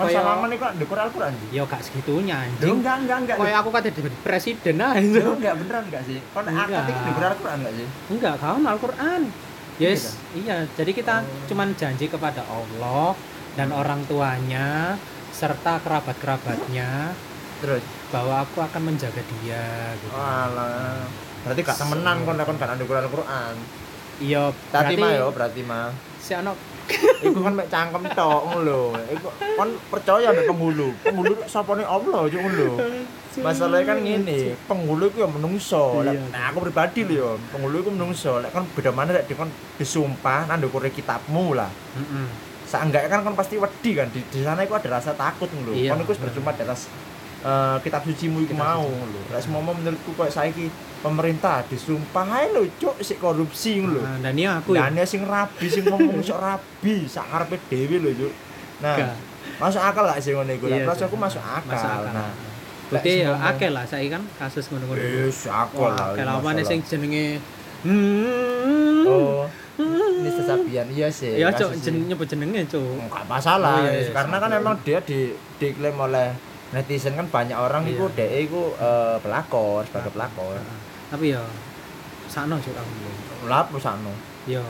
Speaker 1: kan
Speaker 2: Kayak-
Speaker 1: sama nih kan dekur Al-Qur'an sih
Speaker 2: Ya gak segitunya
Speaker 1: Duh,
Speaker 2: anjing.
Speaker 1: enggak enggak enggak
Speaker 2: Kayak aku kate dadi presiden
Speaker 1: Duh,
Speaker 2: aja.
Speaker 1: enggak beneran enggak sih kan akad
Speaker 2: Enggak.
Speaker 1: itu dekur Al-Qur'an enggak sih
Speaker 2: Enggak, kawan Al-Qur'an. Yes, iya. Jadi kita
Speaker 1: Oh.
Speaker 2: cuman janji kepada Allah dan orang tuanya serta kerabat-kerabatnya
Speaker 1: terus
Speaker 2: bahwa aku akan menjaga dia gitu.
Speaker 1: alah berarti gak temenan kon kon gak dekur Al-Qur'an
Speaker 2: Iya,
Speaker 1: tadi
Speaker 2: berarti
Speaker 1: mah yo berarti mah
Speaker 2: si anak
Speaker 1: iku kan mek cangkem tok ngono lho iku kon percaya mek penghulu penghulu sapane Allah yo ngono lho masalahnya kan gini penghulu itu ya menungso
Speaker 2: Iya.
Speaker 1: nah aku pribadi lho ya penghulu itu menungso lek kan beda mana lek dikon disumpah nang ndukure kitabmu lah
Speaker 2: Mm-mm.
Speaker 1: seenggaknya kan kan pasti wedi kan di, di sana itu ada rasa takut lho
Speaker 2: Iya,
Speaker 1: kan itu
Speaker 2: bener.
Speaker 1: berjumpa di atas eh, kitab sucimu itu
Speaker 2: Kitab
Speaker 1: mau
Speaker 2: suci.
Speaker 1: lho lek semomo menurutku kok saiki pemerintah disumpah ae lho cuk sik korupsi lho
Speaker 2: Nah, dan iya aku ya.
Speaker 1: Dane sing rabi sing ngomong sok rabi sak ngarepe dhewe lho cuk nah
Speaker 2: Gak.
Speaker 1: masuk akal gak sih ngene iku
Speaker 2: Iya,
Speaker 1: lek aku
Speaker 2: Cuk.
Speaker 1: masuk
Speaker 2: Masuk
Speaker 1: akal
Speaker 2: akal.
Speaker 1: nah
Speaker 2: Berarti
Speaker 1: lek
Speaker 2: ya
Speaker 1: semomo-
Speaker 2: akeh lah saya kan kasus ngono-ngono.
Speaker 1: Wis aku
Speaker 2: Wah,
Speaker 1: lah.
Speaker 2: akeh
Speaker 1: ini
Speaker 2: lah apane
Speaker 1: iya. masalah.
Speaker 2: sing jenenge Hmm.
Speaker 1: Oh, ini sesabian iya sih.
Speaker 2: ya cok
Speaker 1: kasus
Speaker 2: jen
Speaker 1: ini.
Speaker 2: nyebut jenenge cok.
Speaker 1: Nggak masalah.
Speaker 2: Oh, iya, iya,
Speaker 1: karena kan
Speaker 2: sesabian.
Speaker 1: emang dia di diklaim oleh netizen kan banyak orang itu
Speaker 2: Iya.
Speaker 1: dia itu eh, pelakor sebagai pelakor.
Speaker 2: Tapi ya sakno cok aku.
Speaker 1: Lapo sano.
Speaker 2: Ya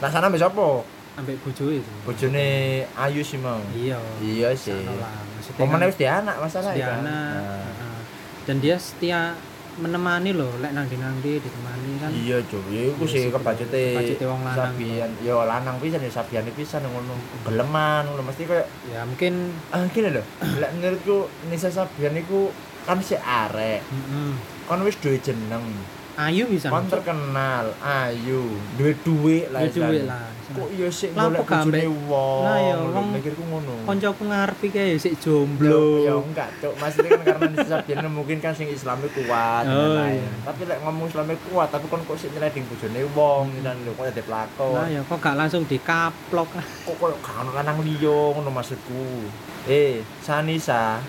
Speaker 1: Lah anu. sana mbek sapa?
Speaker 2: ambek bojoe itu.
Speaker 1: bojone ayu sih mau
Speaker 2: Iya.
Speaker 1: iya sih
Speaker 2: sakno lah. Maksudnya kan-
Speaker 1: Momennya wis di anak masalah
Speaker 2: setia
Speaker 1: kan?
Speaker 2: anak,
Speaker 1: Nah.
Speaker 2: heeh. dan dia setia menemani loh lek nang di nang di ditemani kan
Speaker 1: iya cuy iya aku
Speaker 2: Iya
Speaker 1: sih
Speaker 2: sih,
Speaker 1: kepacute
Speaker 2: kepacute wong lanang.
Speaker 1: sabian yo lanang pisan yo sabian pisan ngono geleman ngono mesti koyo
Speaker 2: ya mungkin
Speaker 1: ah gini lho lek menurutku Nisa Sabian iku kan si arek
Speaker 2: mm-mm.
Speaker 1: kon wis duwe jeneng
Speaker 2: ayu bisa
Speaker 1: kon
Speaker 2: Cuk.
Speaker 1: terkenal ayu duwe duwe lah
Speaker 2: Duwe duit
Speaker 1: istilahnya.
Speaker 2: lah
Speaker 1: kok iya? yo sik
Speaker 2: Lah,
Speaker 1: golek
Speaker 2: kok gak
Speaker 1: bojone
Speaker 2: ambek-
Speaker 1: wong
Speaker 2: Lah, ya,
Speaker 1: lho,
Speaker 2: wong-
Speaker 1: mikirku ngono
Speaker 2: koncoku ngarepi kayak ya, sik
Speaker 1: Yo,
Speaker 2: jomblo
Speaker 1: enggak, Cuk. Maksudnya kan karena Nisa Sabian mungkin kan sing islami kuat dan
Speaker 2: Oh,
Speaker 1: lain.
Speaker 2: iya.
Speaker 1: Tapi lek ngomong islami kuat, tapi kon kok sik nyleding bojone wong, dan lho kok dadi pelakon.
Speaker 2: Hmm. lah ya kok gak langsung dikaplok
Speaker 1: kok koyo kan lanang liya ngono maksudku. Eh, Sanisa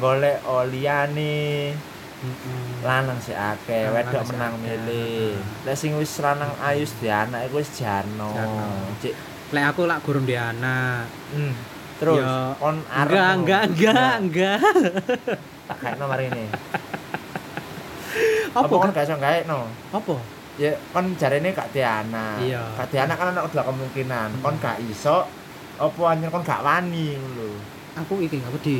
Speaker 1: golek oliane
Speaker 2: Mm-mm.
Speaker 1: lanang sik akeh,
Speaker 2: Lanang
Speaker 1: wedok
Speaker 2: sik
Speaker 1: menang
Speaker 2: akeh.
Speaker 1: milih. Lek sing wis lanang ayu di anak iku wis jano.
Speaker 2: Jano.
Speaker 1: Cik.
Speaker 2: lek aku lak gurung di anak
Speaker 1: Hmm. Terus
Speaker 2: Ya,
Speaker 1: kon arep
Speaker 2: enggak
Speaker 1: ngono.
Speaker 2: enggak enggak enggak
Speaker 1: Tak gaek nomor ini. Apa
Speaker 2: apa
Speaker 1: kon
Speaker 2: gak-
Speaker 1: gak iso gaek no?
Speaker 2: apa
Speaker 1: Ya kon jarene gak di anak.
Speaker 2: Iya.
Speaker 1: Gak di anak kan ana dua kemungkinan. Kon
Speaker 2: Hmm.
Speaker 1: gak iso apa anjen kon gak wani ngono lho.
Speaker 2: aku iki gak wedi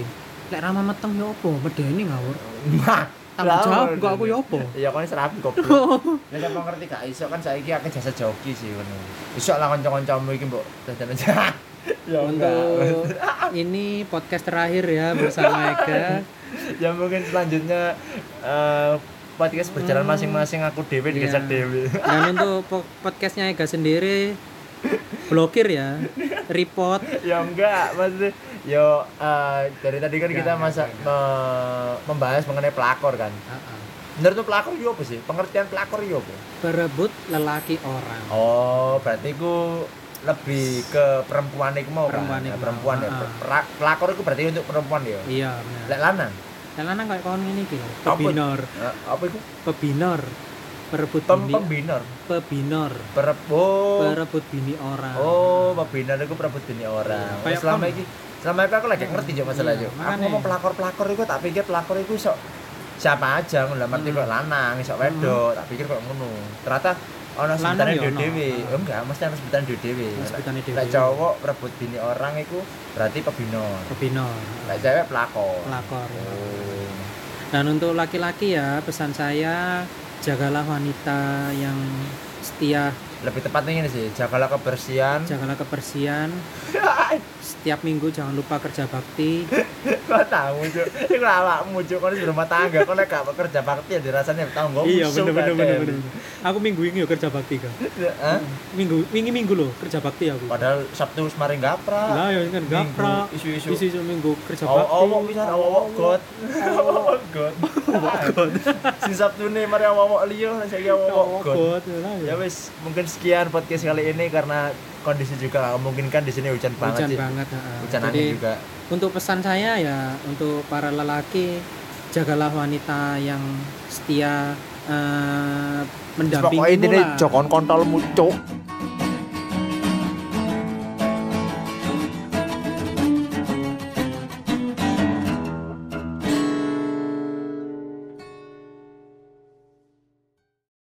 Speaker 2: lek ramah meteng yo apa medeni ngawur
Speaker 1: Nah,
Speaker 2: tanggung
Speaker 1: lah,
Speaker 2: jawab
Speaker 1: ngono.
Speaker 2: kok aku yo apa
Speaker 1: Ya kan serapi goblok. Nek sampe ngerti gak iso kan saiki akeh jasa joki sih ngono. Iso lah kanca-kancamu iki mbok dadan aja. ya enggak.
Speaker 2: untuk ini podcast terakhir ya bersama Ega
Speaker 1: Ya mungkin selanjutnya eh, podcast berjalan
Speaker 2: Hmm.
Speaker 1: masing-masing aku dhewe
Speaker 2: Iya.
Speaker 1: digeser dhewe.
Speaker 2: dan untuk po- podcastnya Ega sendiri blokir ya report
Speaker 1: ya enggak maksudnya yo eh, dari tadi kan
Speaker 2: Enggak,
Speaker 1: kita
Speaker 2: enggak,
Speaker 1: masa
Speaker 2: enggak.
Speaker 1: me- membahas mengenai pelakor kan. Menurut pelakor yo apa sih? Pengertian pelakor yo apa?
Speaker 2: berebut lelaki orang
Speaker 1: Oh, berarti ku lebih ke perempuan iku mau kan?
Speaker 2: Perempuan iku
Speaker 1: Ya, perempuan
Speaker 2: mau,
Speaker 1: ya.
Speaker 2: ah.
Speaker 1: Pra- pelakor iku berarti untuk perempuan ya.
Speaker 2: iya benar
Speaker 1: Lek lanang
Speaker 2: dan lanang kayak kawan ini gitu
Speaker 1: Apa?
Speaker 2: pebinor
Speaker 1: Eh, apa iku
Speaker 2: pebinor perebut
Speaker 1: Pem
Speaker 2: bini
Speaker 1: pembinor.
Speaker 2: pebinor
Speaker 1: Perebo.
Speaker 2: perebut bini orang
Speaker 1: Oh, pembinor itu perebut bini orang.
Speaker 2: Iya, kayak
Speaker 1: Oh, selama
Speaker 2: kon.
Speaker 1: iki selama iki aku lagi ngerti juga masalah
Speaker 2: Iya,
Speaker 1: itu. Aku
Speaker 2: makanya.
Speaker 1: ngomong pelakor-pelakor itu tak pikir pelakor itu sok siapa aja ngono lah ngerti
Speaker 2: Hmm.
Speaker 1: kok lanang, sok wedok, tak pikir kok ngono. Ternyata ana sebutannya dhewe
Speaker 2: ya ono.
Speaker 1: dhewe.
Speaker 2: Ah.
Speaker 1: Oh, enggak, mesti ana sebutan dhewe dhewe.
Speaker 2: Ana sebutane dhewe.
Speaker 1: Lek cowok perebut bini orang itu berarti pembinor.
Speaker 2: pebinor
Speaker 1: Lek cewek pelakor.
Speaker 2: pelakor
Speaker 1: Oh.
Speaker 2: Dan untuk laki-laki ya, pesan saya jagalah wanita yang setia,
Speaker 1: Lebih tepatnya ini sih, jagalah kebersihan.
Speaker 2: jagalah kebersihan. Setiap minggu jangan lupa kerja bakti.
Speaker 1: Kok tahu cuk? Iku awakmu cuk kon di rumah tangga kon lek gak kerja bakti ya dirasane tanggo
Speaker 2: Iya,
Speaker 1: musuh,
Speaker 2: bener-bener
Speaker 1: Raden.
Speaker 2: Aku minggu ini yo kerja bakti kan.
Speaker 1: Hah?
Speaker 2: Minggu minggu minggu loh kerja bakti aku.
Speaker 1: Padahal Sabtu semarin gapra.
Speaker 2: Lah ya kan
Speaker 1: Minggu,
Speaker 2: gapra.
Speaker 1: Oh, Isu-isu.
Speaker 2: Isi isu minggu kerja bakti.
Speaker 1: Awak pisan awak god. Awak god. Sing Sabtune mari awak liya saiki
Speaker 2: Oh,
Speaker 1: awak god.
Speaker 2: God, lah
Speaker 1: Ya
Speaker 2: ya.
Speaker 1: wis, mungkin sekian podcast kali ini karena kondisi juga nggak memungkinkan di sini hujan banget
Speaker 2: Hujan
Speaker 1: sih.
Speaker 2: banget. ha.
Speaker 1: Hujan
Speaker 2: Jadi,
Speaker 1: angin juga.
Speaker 2: untuk pesan saya ya untuk para lelaki jagalah wanita yang setia eh, mendampingimu lah.
Speaker 1: kontolmu cuk.